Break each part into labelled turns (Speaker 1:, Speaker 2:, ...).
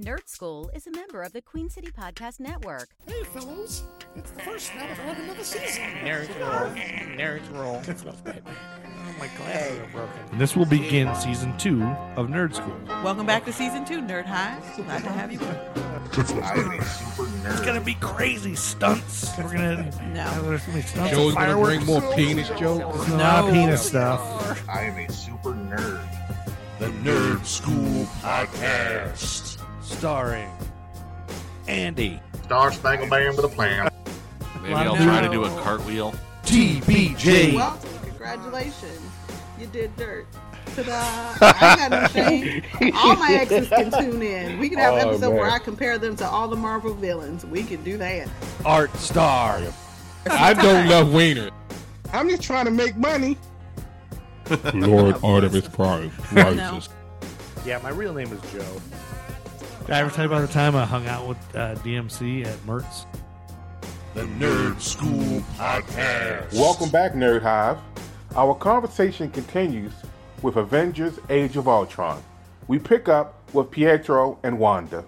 Speaker 1: Nerd School is a member of the Queen City Podcast Network.
Speaker 2: Hey, fellows! It's the first night of another season.
Speaker 3: Nerds roll. Nerds roll.
Speaker 2: My glasses are broken.
Speaker 4: This will begin season two of Nerd School.
Speaker 5: Welcome back to season two, Nerd High. Glad to have you.
Speaker 4: It's gonna be crazy stunts. We're gonna
Speaker 5: No,
Speaker 4: there's gonna be stunts.
Speaker 6: Joe's
Speaker 4: and
Speaker 6: gonna bring
Speaker 4: fireworks.
Speaker 6: more penis jokes.
Speaker 4: It's not
Speaker 5: No.
Speaker 4: penis stuff.
Speaker 7: I am a super nerd.
Speaker 4: The Nerd School Podcast, starring Andy
Speaker 7: Star Spangled Man with a plan.
Speaker 6: Maybe I'll try to do a cartwheel.
Speaker 4: TBJ.
Speaker 5: welcome. Congratulations, you did dirt. Ta-da! I ain't got no shame. All my exes can tune in. We can have an episode where I compare them to all the Marvel villains. We can do that.
Speaker 4: Art Star.
Speaker 6: I don't love Wiener.
Speaker 2: I'm just trying to make money.
Speaker 6: Lord Artemis Prime rises.
Speaker 3: Yeah, my real name is Joe.
Speaker 4: I ever tell you about the time I hung out with uh, DMC at Mertz?
Speaker 6: The Nerd School Podcast.
Speaker 8: Welcome back, Nerd Hive. Our conversation continues with Avengers Age of Ultron. We pick up with Pietro and Wanda.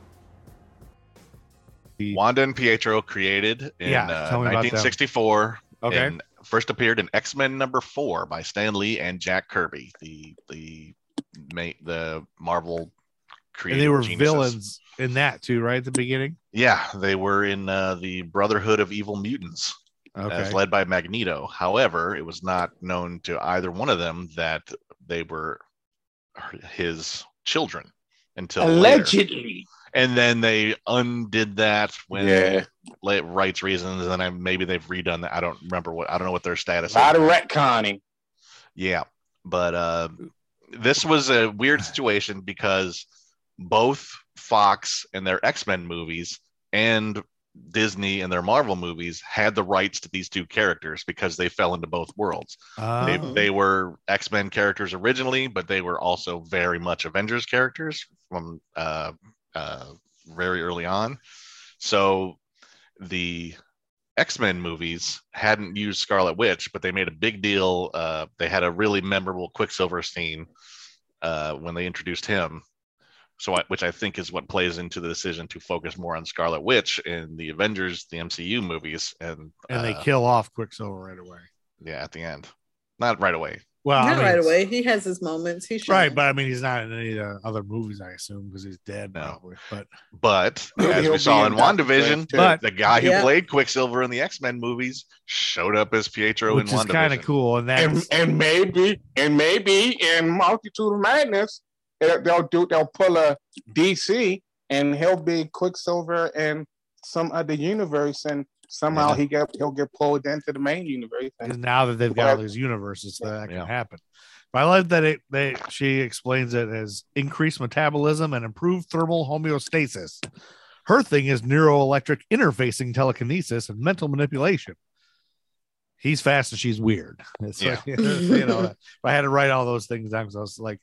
Speaker 7: Wanda and Pietro created in
Speaker 4: Yeah,
Speaker 7: uh,
Speaker 4: tell me about them.
Speaker 7: 1964.
Speaker 4: Okay.
Speaker 7: And first appeared in X Men number four by Stan Lee and Jack Kirby, the the ma- the Marvel
Speaker 4: And
Speaker 7: creative.
Speaker 4: they were
Speaker 7: geniuses.
Speaker 4: villains in that too, right at the beginning.
Speaker 7: Yeah, they were in uh, the Brotherhood of Evil Mutants.
Speaker 4: Okay.
Speaker 7: as led by Magneto. However, it was not known to either one of them that they were her- his children until later. And then they undid that when
Speaker 9: yeah,
Speaker 7: la- rights reasons, and then I, maybe they've redone that. I don't remember what I don't know what their status.
Speaker 9: a lot
Speaker 7: is.
Speaker 9: of retconning.
Speaker 7: Yeah, but uh, this was a weird situation because both Fox and their X Men movies and Disney and their Marvel movies had the rights to these two characters because they fell into both worlds. They,
Speaker 4: Uh,
Speaker 7: they were X Men characters originally, but they were also very much Avengers characters from uh, uh, very early on. So the X Men movies hadn't used Scarlet Witch, but they made a big deal. Uh, they had a really memorable Quicksilver scene uh, when they introduced him. So, I, which I think is what plays into the decision to focus more on Scarlet Witch in the Avengers, the MCU movies, and
Speaker 4: and they
Speaker 7: uh,
Speaker 4: kill off Quicksilver right away.
Speaker 7: yeah, at the end, not right away.
Speaker 4: Well, I
Speaker 5: Not
Speaker 4: mean,
Speaker 5: right
Speaker 4: it's-
Speaker 5: away. He has his moments. He should.
Speaker 4: Right, but I mean, he's not in any uh, other movies, I assume, because he's dead
Speaker 7: No.
Speaker 4: probably. But
Speaker 7: But
Speaker 9: He'll-
Speaker 7: as
Speaker 9: he'll
Speaker 7: we saw
Speaker 9: be
Speaker 7: in
Speaker 9: in Doctor
Speaker 7: WandaVision,
Speaker 9: Strange too.
Speaker 4: But-
Speaker 7: the guy who
Speaker 5: Yeah.
Speaker 7: played Quicksilver in the X Men movies showed up as Pietro
Speaker 4: which
Speaker 7: in
Speaker 4: is
Speaker 7: WandaVision.
Speaker 4: kind of cool, and
Speaker 9: And,
Speaker 4: that's
Speaker 9: and maybe, and maybe in Multitude of Madness, they'll they'll do they'll pull a DC and he'll be Quicksilver in some other universe, and somehow
Speaker 7: Yeah.
Speaker 9: he get he'll get pulled into the main universe.
Speaker 4: because now that they've got all these universes that,
Speaker 7: Yeah.
Speaker 4: can happen. But I love that it they she explains it as increased metabolism and improved thermal homeostasis. Her thing is neuroelectric interfacing telekinesis and mental manipulation. He's fast and she's weird. It's
Speaker 7: Yeah.
Speaker 4: like, you know, if I had to write all those things down because I was like,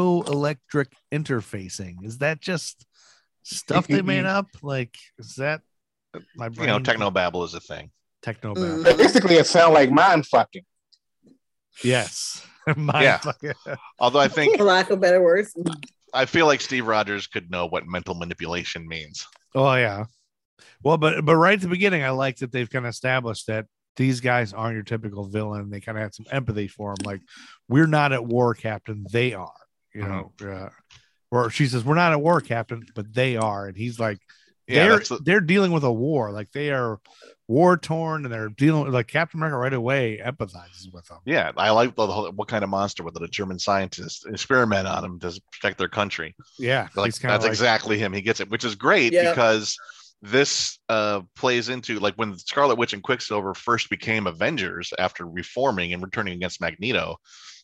Speaker 4: neuroelectric interfacing. Is that just stuff they made up? Like, is that my
Speaker 7: You
Speaker 4: brain?
Speaker 7: know, technobabble is a thing.
Speaker 4: techno.
Speaker 5: Mm.
Speaker 4: babble.
Speaker 9: Basically, it sounds like mind fucking.
Speaker 4: Yes. my
Speaker 7: Yeah.
Speaker 4: fucking-
Speaker 7: Although I think
Speaker 5: For lack of better words,
Speaker 7: I feel like Steve Rogers could know what mental manipulation means.
Speaker 4: Oh yeah. Well, but but right at the beginning, I like that they've kind of established that these guys aren't your typical villain. They kind of had some empathy for them. Like, we're not at war, Captain. They are. You know.
Speaker 7: Mm-hmm.
Speaker 4: Uh, or she says, "We're not at war, Captain," but they are, and he's like,
Speaker 7: Yeah,
Speaker 4: "They're
Speaker 7: that's the-
Speaker 4: they're dealing with a war. Like they are war torn, and they're dealing with like Captain America right away empathizes with them."
Speaker 7: yeah. I like the whole, what kind of monster was it? A German scientist experiment on him to protect their country.
Speaker 4: Yeah,
Speaker 7: Like,
Speaker 4: he's kinda
Speaker 7: that's exactly him. He gets it, which is great
Speaker 5: Yeah.
Speaker 7: because this uh plays into like when Scarlet Witch and Quicksilver first became Avengers after reforming and returning against Magneto.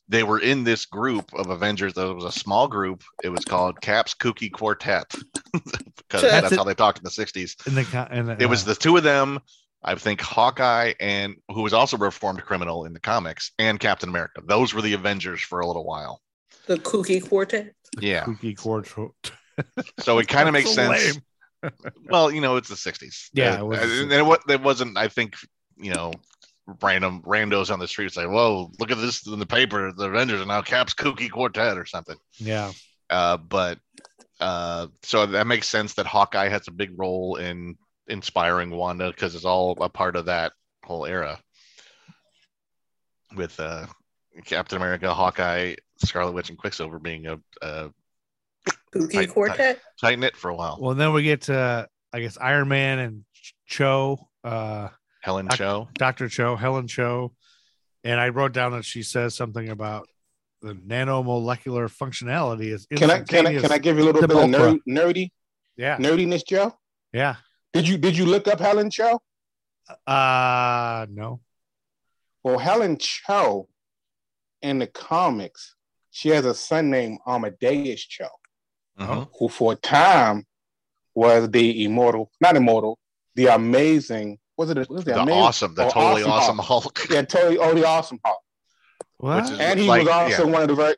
Speaker 7: They were in this group of Avengers. That was a small group. It was called Cap's Kooky Quartet because
Speaker 5: That's
Speaker 7: that's,
Speaker 4: it.
Speaker 7: how they talked in the '60s.
Speaker 4: in the co- in
Speaker 7: It was the two of them. I think Hawkeye and who was also a reformed criminal in the comics, and Captain America. Those were the Avengers for a little while.
Speaker 5: the Kooky Quartet.
Speaker 7: Yeah,
Speaker 4: kooky core. tro-
Speaker 7: so it kind of
Speaker 4: That's
Speaker 7: makes
Speaker 4: so
Speaker 7: sense.
Speaker 4: lame.
Speaker 7: well, you know, it's the '60s.
Speaker 4: Yeah,
Speaker 7: Uh,
Speaker 4: it was the
Speaker 7: and it, wa- there wasn't. I think you know, random randos on the streets like, "Whoa, look at this in the paper. The Avengers are now Cap's Kooky Quartet or something."
Speaker 4: Yeah.
Speaker 7: Uh, but Uh, so that makes sense that Hawkeye has a big role in inspiring Wanda because it's all a part of that whole era with uh, Captain America, Hawkeye, Scarlet Witch, and Quicksilver being a, a
Speaker 10: Spooky
Speaker 7: Tight-
Speaker 10: quartet.
Speaker 7: tight knit for a while.
Speaker 4: Well, then we get to I guess Iron Man and Ch- Cho, uh,
Speaker 7: Helen
Speaker 4: I-
Speaker 7: Cho.
Speaker 4: Doctor Cho, Helen Cho, and I wrote down that she says something about the nanomolecular functionality is
Speaker 9: Can I can I can I
Speaker 4: instantaneous.
Speaker 9: give you a little
Speaker 4: The
Speaker 9: bit of nerd,
Speaker 4: Oprah.
Speaker 9: nerdy
Speaker 4: yeah
Speaker 9: nerdiness, Joe?
Speaker 4: yeah
Speaker 9: Did you did you look up Helen Cho?
Speaker 4: uh no
Speaker 9: Well, Helen Cho in the comics, she has a son named Amadeus Cho,
Speaker 4: oh,
Speaker 7: Mhm.
Speaker 9: who for a time was the immortal, not immortal, the amazing. Was it? Was it
Speaker 7: The
Speaker 9: amazing?
Speaker 7: awesome, the
Speaker 9: or
Speaker 7: totally awesome,
Speaker 9: Hulk.
Speaker 7: Hulk.
Speaker 9: Yeah, totally, oh, the awesome Hulk.
Speaker 4: what
Speaker 7: is-
Speaker 9: And he
Speaker 7: Like,
Speaker 9: was also one of the very,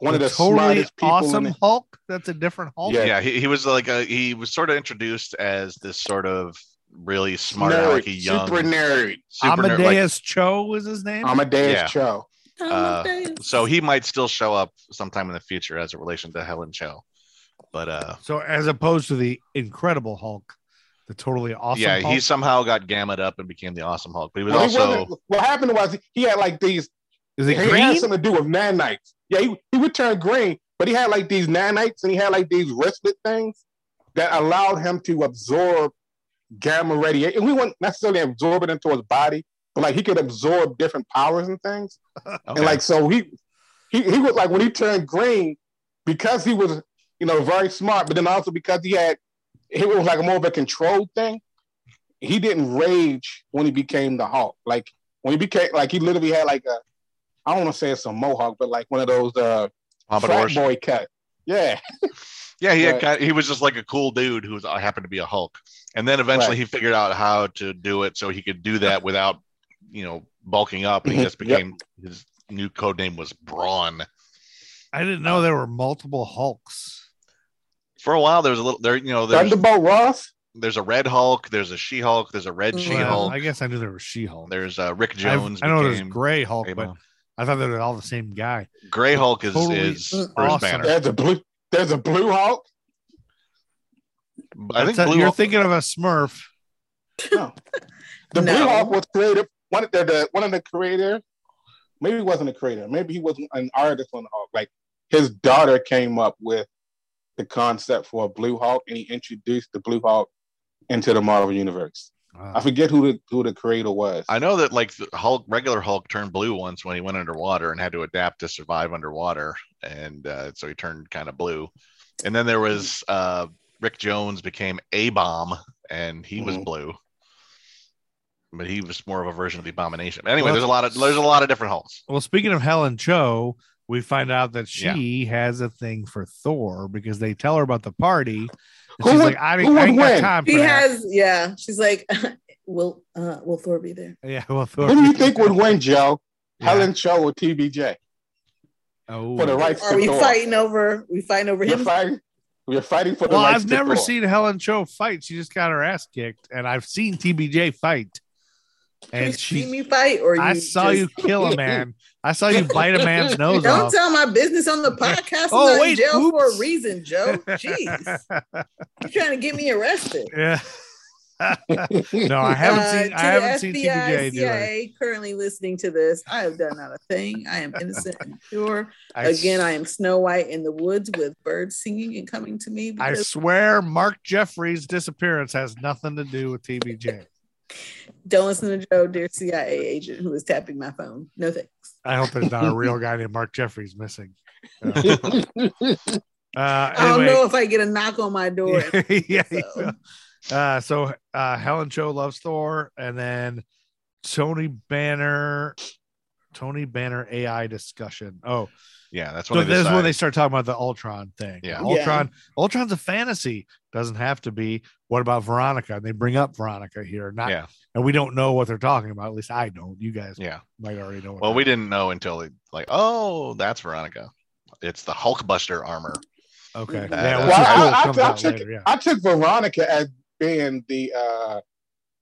Speaker 9: one of the
Speaker 4: totally
Speaker 9: smartest people. in
Speaker 4: awesome
Speaker 9: the,
Speaker 4: Hulk that's a different Hulk
Speaker 9: Yeah.
Speaker 7: yeah he, he was like a, he was sort of introduced as this sort of really smart
Speaker 9: nerd,
Speaker 7: alecky young
Speaker 9: super nerd.
Speaker 7: super nerd, like-
Speaker 4: Amadeus Cho was his name
Speaker 9: Amadeus
Speaker 7: Yeah.
Speaker 9: Cho.
Speaker 7: uh, so he might still show up sometime in the future as a relation to helen cho but uh
Speaker 4: so as opposed to the Incredible Hulk the totally awesome
Speaker 7: yeah
Speaker 4: Hulk.
Speaker 7: he somehow got gammed up and became the awesome hulk but he was
Speaker 9: Well, he
Speaker 7: also
Speaker 9: wasn't- what happened was he had like these
Speaker 4: is it
Speaker 9: he had
Speaker 4: green
Speaker 9: something to do with nanites. Yeah, he, he would turn green, but he had like these nanites and he had like these wristlet things that allowed him to absorb gamma radiation. And we wouldn't necessarily absorb it into his body, but like he could absorb different powers and things.
Speaker 7: okay.
Speaker 9: And like so he he he was like when he turned green, because he was, you know, very smart, but then also because he had it was like more of a controlled thing. He didn't rage when he became the Hulk. Like when he became like he literally had like a I don't want to say it's a mohawk, but like one of those uh frat
Speaker 7: Pompadours.
Speaker 9: boy cut. Yeah.
Speaker 7: yeah he had
Speaker 9: Right.
Speaker 7: kind he was just like a cool dude who was, uh, happened to be a hulk and then eventually
Speaker 9: Right.
Speaker 7: he figured out how to do it so he could do that without you know bulking up and he
Speaker 9: Mhm.
Speaker 7: just became his new code name was brawn
Speaker 4: I didn't know there were multiple Hulks
Speaker 7: for a while there was a little there you know there's
Speaker 9: Thunderbolt Ross.
Speaker 7: there's a red hulk there's a she hulk there's a red she
Speaker 4: Well,
Speaker 7: hulk
Speaker 4: I guess I knew there was She Hulk
Speaker 7: There's uh, Rick
Speaker 4: I've-
Speaker 7: Jones.
Speaker 4: I know there's
Speaker 7: became
Speaker 4: Gray Hulk,
Speaker 7: Grey
Speaker 4: but
Speaker 7: Hulk.
Speaker 4: I thought they were all the same guy.
Speaker 7: Gray Hulk is,
Speaker 4: Totally
Speaker 7: is Bruce
Speaker 4: awesome.
Speaker 7: Banner.
Speaker 9: There's a blue there's a blue Hulk.
Speaker 7: I think
Speaker 4: That's a-
Speaker 7: Blue
Speaker 4: you're
Speaker 7: Hulk-
Speaker 4: thinking of a Smurf.
Speaker 9: No. The
Speaker 10: No.
Speaker 9: Blue Hawk was created one of the, the one of the creator. Maybe he wasn't a creator. Maybe he was an artist on the Hawk. Like his daughter came up with the concept for a Blue Hawk, and he introduced the Blue Hawk into the Marvel universe. I
Speaker 4: Wow.
Speaker 9: forget who the who the creator was.
Speaker 7: I know that like the Hulk, regular Hulk turned blue once when he went underwater and had to adapt to survive underwater, and uh, so he turned kind of blue. And then there was uh, Rick Jones became a bomb, and he was
Speaker 4: Mm-hmm.
Speaker 9: Mhm.
Speaker 7: blue, but he was more of a version of the Abomination. But anyway,
Speaker 4: Well-
Speaker 7: there's a lot of there's a lot of different Hulks.
Speaker 4: Well, speaking of Helen Cho, we find out that she has a thing for Thor because they tell her about the party. and
Speaker 9: Who
Speaker 4: she's
Speaker 9: would-
Speaker 4: like, I,
Speaker 9: who
Speaker 4: didn't- I
Speaker 9: would
Speaker 4: ain't got
Speaker 9: win?
Speaker 4: time for
Speaker 10: She
Speaker 4: that.
Speaker 10: has, yeah. She's like, will uh, will Thor be there?
Speaker 4: yeah, well, Thor.
Speaker 9: who do you think would win, Joe?
Speaker 4: Yeah.
Speaker 9: Helen Cho or TBJ
Speaker 4: Oh.
Speaker 9: for the rights
Speaker 10: Are
Speaker 9: to
Speaker 10: we
Speaker 9: Thor?
Speaker 10: fighting over? We fighting over
Speaker 9: We're
Speaker 10: him?
Speaker 9: fighting. We're fighting for the
Speaker 4: Well,
Speaker 9: rights
Speaker 4: I've
Speaker 9: to
Speaker 4: never
Speaker 9: Thor.
Speaker 4: seen Helen Cho fight. She just got her ass kicked, and I've seen TBJ fight.
Speaker 10: You
Speaker 4: And
Speaker 10: see
Speaker 4: she,
Speaker 10: me fight, or
Speaker 4: I
Speaker 10: you
Speaker 4: saw
Speaker 10: just-
Speaker 4: you kill a man. I saw you bite a man's nose
Speaker 10: Don't
Speaker 4: off.
Speaker 10: tell my business on the podcast.
Speaker 4: Oh,
Speaker 10: I'm not
Speaker 4: wait,
Speaker 10: in jail for
Speaker 4: oops.
Speaker 10: a reason, Joe. Jeez, you're trying to get me arrested.
Speaker 4: Yeah. no, I haven't
Speaker 10: Uh,
Speaker 4: seen.
Speaker 10: to
Speaker 4: I
Speaker 10: the
Speaker 4: haven't seen
Speaker 10: FBI,
Speaker 4: TBJ do it.
Speaker 10: CIA currently listening to this. I have done not a thing. I am innocent and pure.
Speaker 4: I
Speaker 10: Again, I am Snow White in the woods with birds singing and coming to me.
Speaker 4: I
Speaker 10: Because
Speaker 4: swear Mark Jeffrey's disappearance has nothing to do with TBJ.
Speaker 10: don't listen to Joe, dear CIA agent, who is tapping my phone. No thanks.
Speaker 4: I hope there's not a real guy named Mark Jeffrey's missing. Uh, uh,
Speaker 10: I don't
Speaker 4: anyway.
Speaker 10: know if I get a knock on my door.
Speaker 4: yeah.
Speaker 10: Oh, So.
Speaker 4: yeah. Uh, so uh, Helen Cho loves Thor, and then Tony Banner, Tony Banner AI discussion. Oh,
Speaker 7: Yeah, that's when
Speaker 4: so
Speaker 7: they
Speaker 4: this is when
Speaker 7: decide-
Speaker 4: they start talking about the Ultron thing.
Speaker 7: Yeah.
Speaker 4: Ultron. Ultron's a fantasy. Doesn't have to be. What about Veronica? And they bring up Veronica here. Not.
Speaker 7: Yeah.
Speaker 4: And we don't know what they're talking about. At least I don't. You guys
Speaker 7: yeah.
Speaker 4: might already know. What
Speaker 7: Well,
Speaker 4: that
Speaker 7: we
Speaker 4: is.
Speaker 7: didn't know until they, like, oh, that's Veronica. It's the Hulkbuster armor.
Speaker 4: Okay.
Speaker 7: That-
Speaker 4: yeah.
Speaker 7: Well,
Speaker 4: Which is
Speaker 7: I-
Speaker 4: cool. It
Speaker 9: I- I-
Speaker 4: comes
Speaker 9: I
Speaker 4: out
Speaker 9: took-
Speaker 4: later. Yeah.
Speaker 9: I took Veronica as being the uh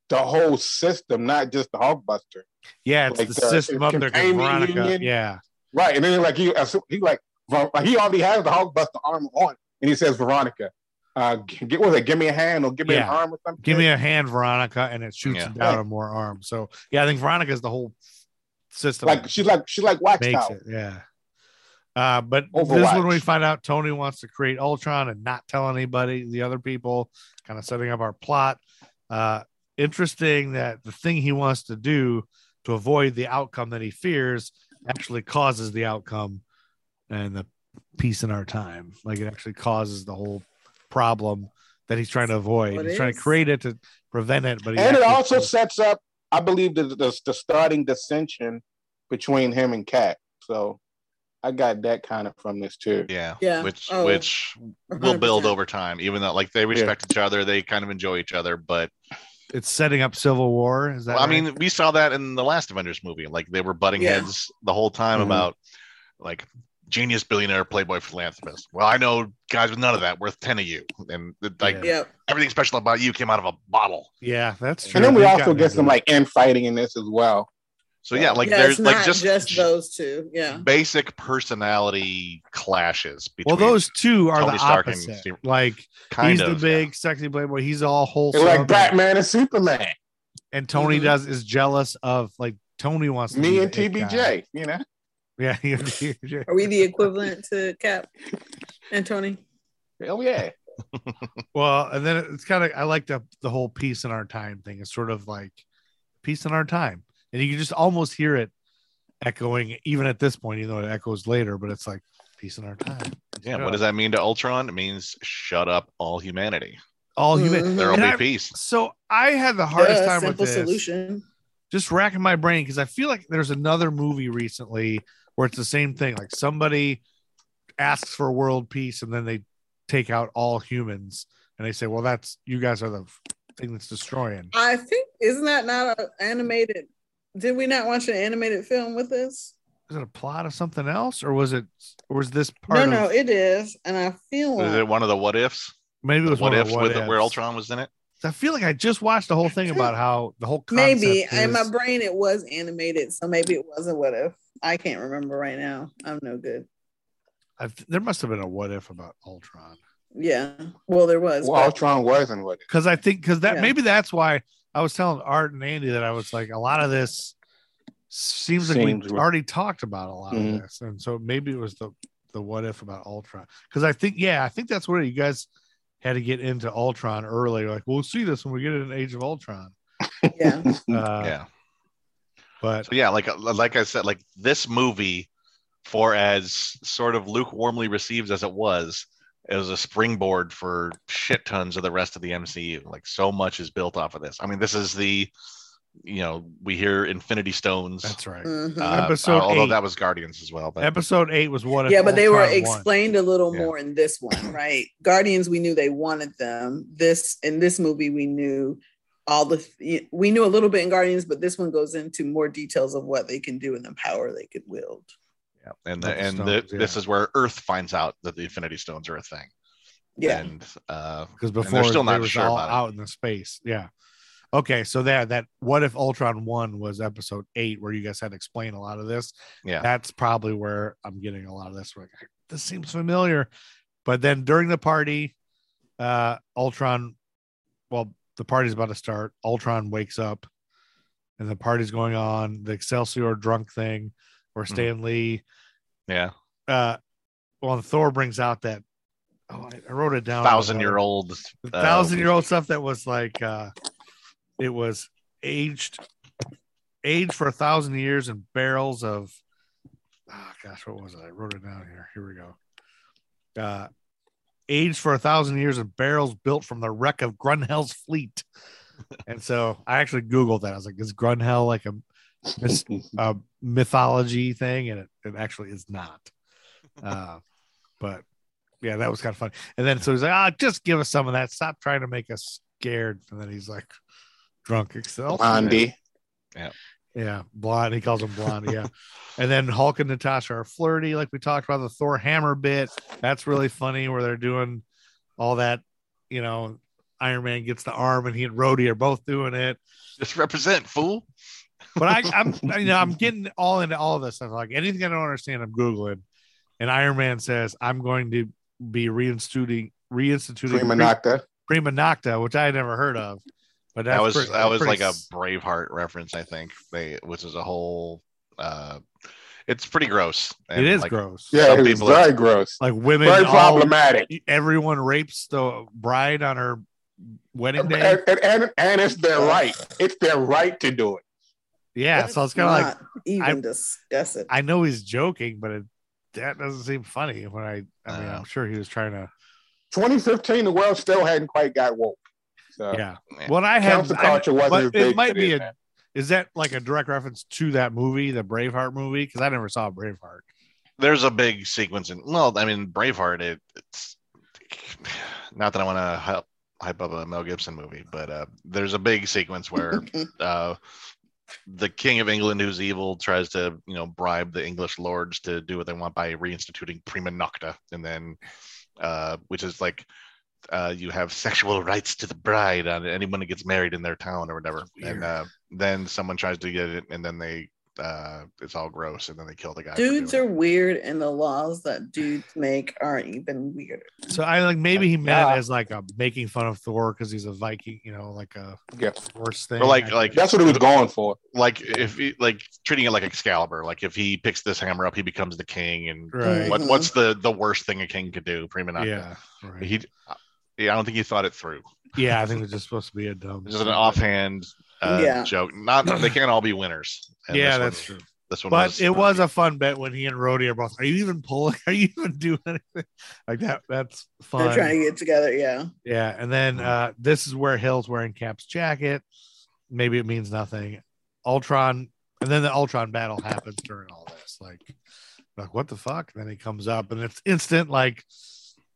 Speaker 9: the whole system, not just the Hulkbuster.
Speaker 4: Yeah. It's
Speaker 9: like
Speaker 4: the
Speaker 9: the-
Speaker 4: system up there. 'cause
Speaker 9: containment
Speaker 4: Veronica.
Speaker 9: union.
Speaker 4: Yeah.
Speaker 9: Right. And then like he he like Ver- he already has the Hulkbuster armor on. and he says Veronica, uh, g- get what was it? Give me a hand or give me an
Speaker 4: Yeah.
Speaker 9: arm or something.
Speaker 4: Give me a hand, Veronica, and it shoots
Speaker 7: Yeah.
Speaker 4: him down on more arms. So yeah, I think Veronica's the whole system.
Speaker 9: like she's like she's like wax
Speaker 4: makes
Speaker 9: towel.
Speaker 4: it. Yeah. Uh, but this
Speaker 9: Overwatch.
Speaker 4: one we find out Tony wants to create Ultron and not tell anybody, the other people, kind of setting up our plot. Uh, interesting that the thing he wants to do to avoid the outcome that he fears actually causes the outcome and the peace in our time. Like it actually causes the whole problem that he's trying to avoid.
Speaker 10: What
Speaker 4: He's trying
Speaker 10: is?
Speaker 4: to create it to prevent it, but he
Speaker 9: And it
Speaker 4: actually-
Speaker 9: also sets up, I believe, the, the the starting dissension between him and Cat. So I got that kind of from this too.
Speaker 7: Yeah.
Speaker 10: Yeah.
Speaker 7: Which
Speaker 10: Oh,
Speaker 7: which will build
Speaker 10: 100%.
Speaker 7: over time, even though like they respect each other, they kind of enjoy each other. But
Speaker 4: it's setting up civil war. Is that
Speaker 7: well, I
Speaker 4: right?
Speaker 7: mean, we saw that in the last Avengers movie. Like they were butting
Speaker 10: Yeah.
Speaker 7: heads the whole time
Speaker 4: Mm-hmm.
Speaker 9: Mhm.
Speaker 7: about like genius billionaire playboy philanthropist. Well, I know guys with none of that worth ten of you, and like
Speaker 4: Yeah.
Speaker 10: Yep.
Speaker 7: everything special about you came out of a bottle.
Speaker 4: yeah, that's true.
Speaker 9: And then we
Speaker 4: They've
Speaker 9: also
Speaker 4: gotten
Speaker 9: get
Speaker 4: into
Speaker 9: some
Speaker 4: it.
Speaker 9: like infighting in this as well.
Speaker 7: So yeah, like
Speaker 10: yeah,
Speaker 7: there's
Speaker 10: it's not
Speaker 7: like
Speaker 10: just,
Speaker 7: just,
Speaker 10: those two. Yeah.
Speaker 7: basic personality clashes
Speaker 4: Well,
Speaker 7: between
Speaker 4: those two are
Speaker 7: Tony
Speaker 4: the
Speaker 7: Stark and
Speaker 4: opposite.
Speaker 7: Steve-
Speaker 4: like
Speaker 7: kind
Speaker 4: he's
Speaker 7: of
Speaker 4: the
Speaker 7: yeah.
Speaker 4: big sexy playboy. He's all
Speaker 9: It's
Speaker 4: wholesome.
Speaker 9: like Batman and Superman,
Speaker 4: And Tony
Speaker 10: Mhm.
Speaker 4: does is jealous of like Tony wants to be
Speaker 9: me
Speaker 4: the
Speaker 9: and
Speaker 4: it guy.
Speaker 9: TBJ. You know,
Speaker 4: Yeah, you and TBJ.
Speaker 10: Are we the equivalent to Cap and Tony?
Speaker 9: hell yeah.
Speaker 4: well, and then it's kind of I like the the whole peace in our time thing. It's sort of like peace in our time, and you can just almost hear it echoing even at this point, even though it echoes later. But it's like peace in our time.
Speaker 7: Yeah, what does that mean to Ultron? It means shut up, all humanity.
Speaker 4: All human.
Speaker 9: Mm-hmm.
Speaker 10: Mhm.
Speaker 7: There will
Speaker 4: And
Speaker 7: be
Speaker 4: I-
Speaker 7: peace.
Speaker 4: So I had the hardest
Speaker 10: Duh,
Speaker 4: time with
Speaker 10: simple
Speaker 4: this.
Speaker 10: solution.
Speaker 4: just racking my brain because I feel like there's another movie recently where it's the same thing. Like somebody asks for world peace and then they take out all humans and they say, "Well, that's you guys are the thing that's destroying."
Speaker 10: I think isn't that not an animated? Did we not watch an animated film with this?
Speaker 4: Is it a plot of something else, or was it, or was this part
Speaker 10: No,
Speaker 4: of
Speaker 10: no, it is, and I feel
Speaker 7: Is
Speaker 10: like
Speaker 7: it one of the what ifs?
Speaker 4: maybe it was
Speaker 7: what
Speaker 4: one of
Speaker 7: ifs
Speaker 4: the what
Speaker 7: with
Speaker 4: ifs.
Speaker 7: where Ultron was in it?
Speaker 4: I feel like I just watched the whole thing about how the whole concept
Speaker 10: maybe
Speaker 4: is-
Speaker 10: in my brain it was animated, so maybe it wasn't. What if I can't remember right now? I'm no good.
Speaker 4: I th- there must have been a what if about Ultron.
Speaker 10: Yeah. Well, there was.
Speaker 9: Well,
Speaker 10: but-
Speaker 9: Ultron wasn't with it.
Speaker 4: because I think because that
Speaker 10: Yeah.
Speaker 4: maybe that's why I was telling Art and Andy that I was like a lot of this seems like
Speaker 9: Seems
Speaker 4: we've
Speaker 9: right.
Speaker 4: already talked about a lot
Speaker 7: Mm-hmm.
Speaker 9: Mhm.
Speaker 4: of this, and so maybe it was the the what if about Ultron because I think yeah I think that's where you guys had to get into Ultron early like we'll see this when we get in Age of Ultron
Speaker 10: yeah.
Speaker 4: uh,
Speaker 7: Mm, yeah.
Speaker 4: but
Speaker 7: So yeah, like uh, like I said, like this movie, for as sort of lukewarmly received as it was, it was a springboard for shit tons of the rest of the MCU. Like so much is built off of this. I mean, this is the, you know, we hear Infinity Stones.
Speaker 4: that's right
Speaker 10: Mhm.
Speaker 7: uh,
Speaker 4: Episode
Speaker 7: although
Speaker 4: eight.
Speaker 7: that was Guardians as well. But
Speaker 4: episode eight was what if
Speaker 10: yeah, but they were
Speaker 4: Ultron won.
Speaker 10: explained a little
Speaker 7: Yeah.
Speaker 10: more in this one, right? Guardians, we knew they wanted them. This in this movie, we knew all the we knew a little bit in Guardians, but this one goes into more details of what they can do and the power they could wield.
Speaker 7: yeah, and
Speaker 4: Not
Speaker 7: the,
Speaker 4: the
Speaker 7: and
Speaker 4: stones,
Speaker 7: the, this
Speaker 4: yeah.
Speaker 7: is where Earth finds out that the Infinity Stones are a thing.
Speaker 10: Yeah,
Speaker 7: And uh,
Speaker 4: because
Speaker 7: they're
Speaker 4: before
Speaker 7: still
Speaker 4: they
Speaker 7: not
Speaker 4: was
Speaker 7: sure
Speaker 4: all
Speaker 7: about it.
Speaker 4: out in the space. Yeah. Okay, so that that what if Ultron one was episode eight where you guys had to explain a lot of this.
Speaker 7: Yeah.
Speaker 4: that's probably where I'm getting a lot of this. Where like, this seems familiar, but then during the party, uh, Ultron, well, the party's about to start. Ultron wakes up, and the party's going on. The Excelsior drunk thing, where
Speaker 7: Mm-hmm.
Speaker 4: Stan Lee
Speaker 7: yeah,
Speaker 4: uh well thor brings out that oh i, I wrote it down
Speaker 7: thousand year old, uh,
Speaker 4: the thousand year old stuff that was like uh it was aged aged for a thousand years in barrels of oh gosh what was it i wrote it down here here we go uh aged for a thousand years in barrels built from the wreck of grunhell's fleet and so i actually googled that i was like is grunhell like a, mis- a mythology thing and it, it actually is not uh, but yeah, that was kind of funny. And then so he's like, "Ah, just give us some of that. Stop trying to make us scared." And then he's like, "Drunk Excel."
Speaker 9: Blondie.
Speaker 4: Yeah, blonde. He calls him blonde. Yeah. and then Hulk and Natasha are flirty, like we talked about the Thor hammer bit. That's really funny where they're doing all that. You know, Iron Man gets the arm, and he and Rhodey are both doing it.
Speaker 7: just represent fool.
Speaker 4: But I, I'm, you know, I'm getting all into all this stuff. Like anything I don't understand, I'm googling. And Iron Man says, "I'm going to be reinstituting reinstituting
Speaker 9: Prima Nocta.
Speaker 4: Prima Nocta, which I had never heard of. But that's
Speaker 7: that was
Speaker 4: pretty-
Speaker 7: that was
Speaker 4: pretty
Speaker 7: like a Braveheart reference, I think. They which is a whole uh it's pretty gross.
Speaker 4: It is gross.
Speaker 9: Yeah,
Speaker 7: some
Speaker 9: it was
Speaker 7: people are-
Speaker 9: very gross.
Speaker 4: like women
Speaker 9: Very
Speaker 4: all-
Speaker 9: problematic.
Speaker 4: everyone rapes the bride on her wedding
Speaker 9: And,
Speaker 4: day
Speaker 9: and, and, and it's their right. It's their right to do it.
Speaker 4: yeah so it's kind of like
Speaker 10: Not even
Speaker 4: I'm-
Speaker 10: discuss it.
Speaker 4: i know he's joking but it, that doesn't seem funny when i i
Speaker 7: Uh,
Speaker 4: mean i'm sure he was trying to
Speaker 9: 2015, the world still hadn't quite got woke. So
Speaker 4: yeah
Speaker 7: uh, Yeah.
Speaker 4: what i had
Speaker 9: Council
Speaker 4: I-
Speaker 9: culture wasn't
Speaker 4: but
Speaker 9: as big
Speaker 4: it might
Speaker 9: then,
Speaker 4: be a
Speaker 9: man.
Speaker 4: is that like a direct reference to that movie the braveheart movie because i never saw braveheart
Speaker 7: There's a big sequence in well, I mean Braveheart it, it's not that I want to hype, hype up a Mel Gibson movie, but uh there's a big sequence where uh the king of England, who's evil, tries to you know bribe the English lords to do what they want by reinstituting prima nocta, and then uh, which is like uh, you have sexual rights to the bride on anyone who gets married in their town or whatever. And uh, then someone tries to get it, and then they uh, it's all gross, and then they kill the guy. for
Speaker 10: Dudes
Speaker 7: doing
Speaker 10: are
Speaker 7: it.
Speaker 10: weird, and the laws that dudes make aren't even weirder.
Speaker 4: so i like maybe he meant
Speaker 9: Yeah.
Speaker 4: as like a making fun of thor because he's a viking you know like a
Speaker 9: Yeah.
Speaker 4: worse thing
Speaker 7: Or like like
Speaker 9: That's what he was going for.
Speaker 7: like if he, like treating it like Excalibur, like if he picks this hammer up, he becomes the king. And
Speaker 4: right
Speaker 7: what
Speaker 9: Mm-hmm.
Speaker 10: Mhm.
Speaker 7: what's the the worst thing a king could do? Prima nocta.
Speaker 4: yeah right.
Speaker 7: He, yeah, I don't think he thought it through.
Speaker 4: yeah i think it's just supposed to be a dumb
Speaker 7: Just an offhand uh,
Speaker 10: Yeah.
Speaker 7: joke. Not they can't all be winners. And
Speaker 4: yeah
Speaker 7: this one-
Speaker 4: that's true
Speaker 7: This one,
Speaker 4: But it was a fun bet when he and Rhodey are both. Are you even pulling? Are you even doing anything like that? That's
Speaker 10: They're trying
Speaker 4: fun.
Speaker 10: to get together. Yeah.
Speaker 4: Yeah, and then
Speaker 7: Mm-hmm.
Speaker 4: uh, this is where Hill's wearing Cap's jacket. Maybe it means nothing. Ultron, and then the Ultron battle happens during all this. Like, like what the fuck? And then he comes up, and it's instant like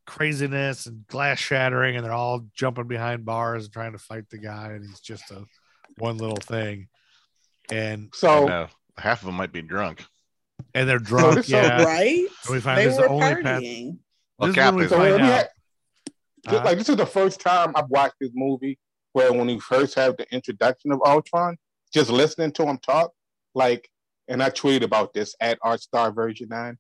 Speaker 4: craziness and glass shattering, and they're all jumping behind bars and trying to fight the guy, and he's just a one little thing. And
Speaker 9: So
Speaker 7: And, uh, half of them might be drunk.
Speaker 4: and they're drunk.
Speaker 9: so
Speaker 4: yeah.
Speaker 10: Right?
Speaker 4: And we find
Speaker 10: They
Speaker 4: this is
Speaker 10: were
Speaker 4: the only path
Speaker 10: partying.
Speaker 7: Well,
Speaker 4: This is
Speaker 7: Cap
Speaker 4: when we
Speaker 7: is-
Speaker 9: So
Speaker 4: find
Speaker 9: let me
Speaker 4: out.
Speaker 9: This-
Speaker 4: Uh-huh.
Speaker 9: like this is the first time I've watched this movie where when you first have the introduction of Ultron, just listening to him talk, like, and I tweeted about this at Art Star Version Nine,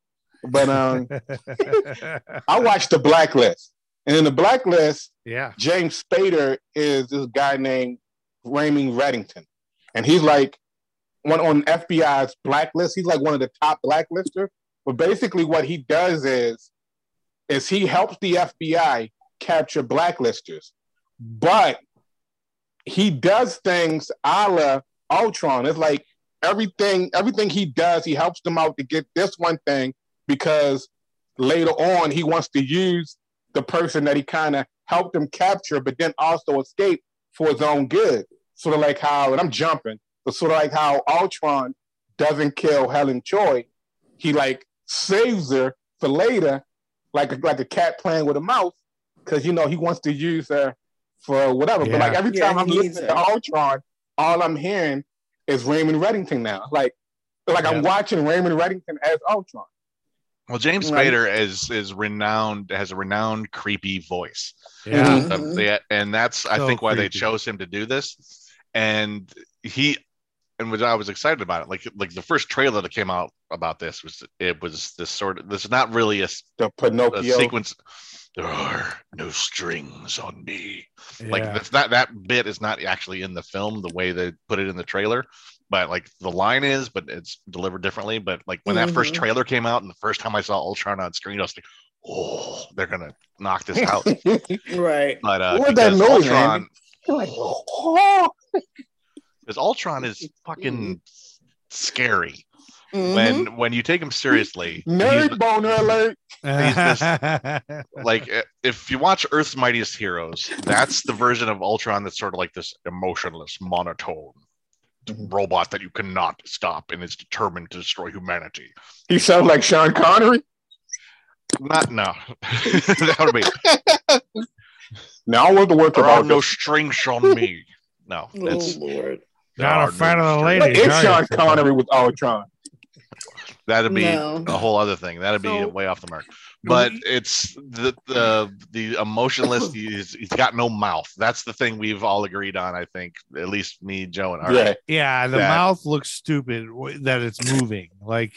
Speaker 9: but
Speaker 4: Uh-huh.
Speaker 9: um, I watched the Blacklist, and in the Blacklist,
Speaker 4: yeah.
Speaker 9: James Spader is this guy named Raymond Reddington, and he's like one on FBI's blacklist. He's like one of the top blacklister. But basically, what he does is is he helps the FBI capture blacklisters, but he does things a la Ultron. It's like everything everything he does, he helps them out to get this one thing because later on he wants to use the person that he kind of helped him capture, but then also escape for his own good. Sort of like how, and I'm jumping, but sort of like how Ultron doesn't kill Helen Choi. He like saves her for later, like a, like a cat playing with a mouse, because you know he wants to use her for whatever. But like
Speaker 4: Yeah.
Speaker 9: every
Speaker 10: Yeah,
Speaker 9: time I'm
Speaker 10: he needs
Speaker 9: listening to
Speaker 10: her.
Speaker 9: Ultron, all I'm hearing is Raymond Reddington now. Like like
Speaker 4: Yeah.
Speaker 9: I'm watching Raymond Reddington as Ultron.
Speaker 7: Well, James
Speaker 10: Right.
Speaker 7: Spader is is renowned has a renowned creepy voice.
Speaker 4: Yeah.
Speaker 10: Mhm.
Speaker 7: Um, they- and that's I
Speaker 4: So
Speaker 7: think why they
Speaker 4: creepy.
Speaker 7: chose him to do this. And he and was I was excited about it. Like like the first trailer that came out about this was it was this sort of this is not really a, s-
Speaker 9: The
Speaker 7: a
Speaker 9: Pinocchio.
Speaker 7: sequence. There are no strings on me. Like
Speaker 4: yeah.
Speaker 7: that's not that bit is not actually in the film the way they put it in the trailer, but like the line is, but it's delivered differently. But like when that first
Speaker 10: Mhm.
Speaker 7: trailer came out and the first time I saw Ultron on screen, I was like, oh, they're gonna knock this out.
Speaker 10: Right.
Speaker 7: But uh,
Speaker 9: What was that
Speaker 7: because
Speaker 9: noise,
Speaker 7: Ultron,
Speaker 9: Like, oh,
Speaker 7: because Ultron is fucking scary
Speaker 10: Mhm.
Speaker 7: when when you take him seriously. he's-
Speaker 9: Mm-hmm. nerd boner alert.
Speaker 7: he's like uh, if you watch Earth's Mightiest Heroes, that's the version of Ultron that's sort of like this emotionless monotone
Speaker 9: Mm-hmm.
Speaker 7: robot that you cannot stop and is determined to destroy humanity.
Speaker 9: He sounds like Sean Connery.
Speaker 7: Not no, that would be
Speaker 9: Now I want to work
Speaker 7: there are
Speaker 9: about
Speaker 7: no
Speaker 9: no
Speaker 7: strings on me. No,
Speaker 10: Oh,
Speaker 7: that's
Speaker 10: Lord.
Speaker 7: there
Speaker 4: Not a
Speaker 7: are
Speaker 4: fan
Speaker 7: no
Speaker 4: of the
Speaker 7: strings.
Speaker 4: lady.
Speaker 9: If Sean
Speaker 4: Sorry.
Speaker 9: Connery was Ultron,
Speaker 7: That'd be
Speaker 10: No.
Speaker 7: a whole other thing. That'd be
Speaker 4: So-
Speaker 7: way off the mark. But it's the the the emotionless. He's, he's got no mouth. That's the thing we've all agreed on. I think at least me, Joe, and Art.
Speaker 9: yeah,
Speaker 4: yeah, the
Speaker 7: that-
Speaker 4: mouth looks stupid w- that it's moving. Like,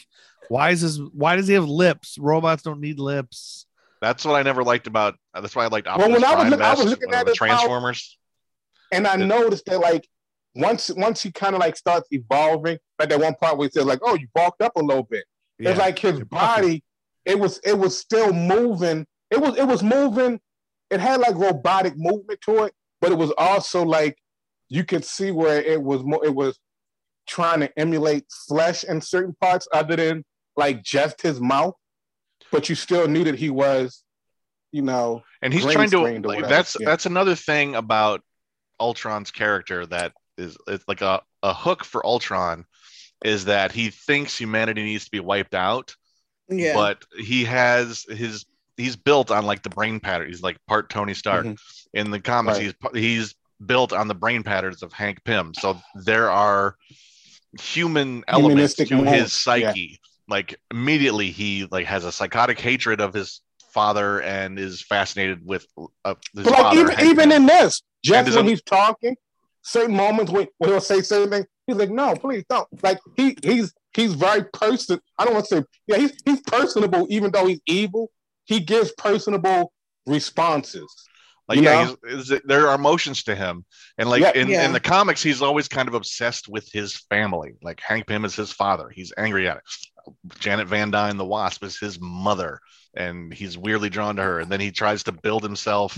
Speaker 4: why is this? Why does he have lips? Robots don't need lips.
Speaker 7: That's what I never liked about. That's why I liked
Speaker 9: Well,
Speaker 7: Optimus
Speaker 9: when I was
Speaker 7: Prime
Speaker 9: look- I was
Speaker 7: best,
Speaker 9: looking
Speaker 7: one of
Speaker 9: at
Speaker 7: the
Speaker 9: his mouth-
Speaker 7: Transformers.
Speaker 9: And I noticed that like once once he kind of like starts evolving, like that one part where he says like, "Oh, you bulked up a little bit."
Speaker 4: Yeah,
Speaker 9: it's like his
Speaker 4: puffy.
Speaker 9: body, it was it was still moving. It was it was moving. It had like robotic movement to it, but it was also like you could see where it was more. It was trying to emulate flesh in certain parts, other than like just his mouth. But you still knew that he was, you know,
Speaker 7: and he's
Speaker 9: green
Speaker 7: trying to
Speaker 9: screened or
Speaker 7: like,
Speaker 9: whatever.
Speaker 7: that's
Speaker 9: Yeah.
Speaker 7: that's another thing about ultron's character that is it's like a, a hook for ultron is that he thinks humanity needs to be wiped out
Speaker 10: Yeah.
Speaker 7: but he has his he's built on like the brain pattern he's like part tony stark
Speaker 9: Mhm.
Speaker 7: in the comics
Speaker 9: Right.
Speaker 7: he's he's built on the brain patterns of hank pym so there are human elements
Speaker 9: Humanistic
Speaker 7: to his
Speaker 9: moments,
Speaker 7: psyche like immediately he like has a psychotic hatred of his father and is fascinated with uh, his
Speaker 9: but like
Speaker 7: father.
Speaker 9: even,
Speaker 7: Hank
Speaker 9: even
Speaker 7: Pym.
Speaker 9: in this,
Speaker 7: And
Speaker 9: just
Speaker 7: his
Speaker 9: when
Speaker 7: own-
Speaker 9: he's talking, certain moments when, when he'll say certain things, he's like, "No, please don't." Like he he's he's very person. I don't want to say yeah. He's he's personable, even though he's evil. He gives personable responses.
Speaker 7: like
Speaker 9: you
Speaker 7: yeah,
Speaker 9: know?
Speaker 7: he's, is- there are emotions to him, and like
Speaker 9: Yeah.
Speaker 7: in,
Speaker 10: Yeah.
Speaker 7: in the comics, he's always kind of obsessed with his family. Like Hank Pym is his father; he's angry at it. Janet Van Dyne, the Wasp, is his mother, and he's weirdly drawn to her. And then he tries to build himself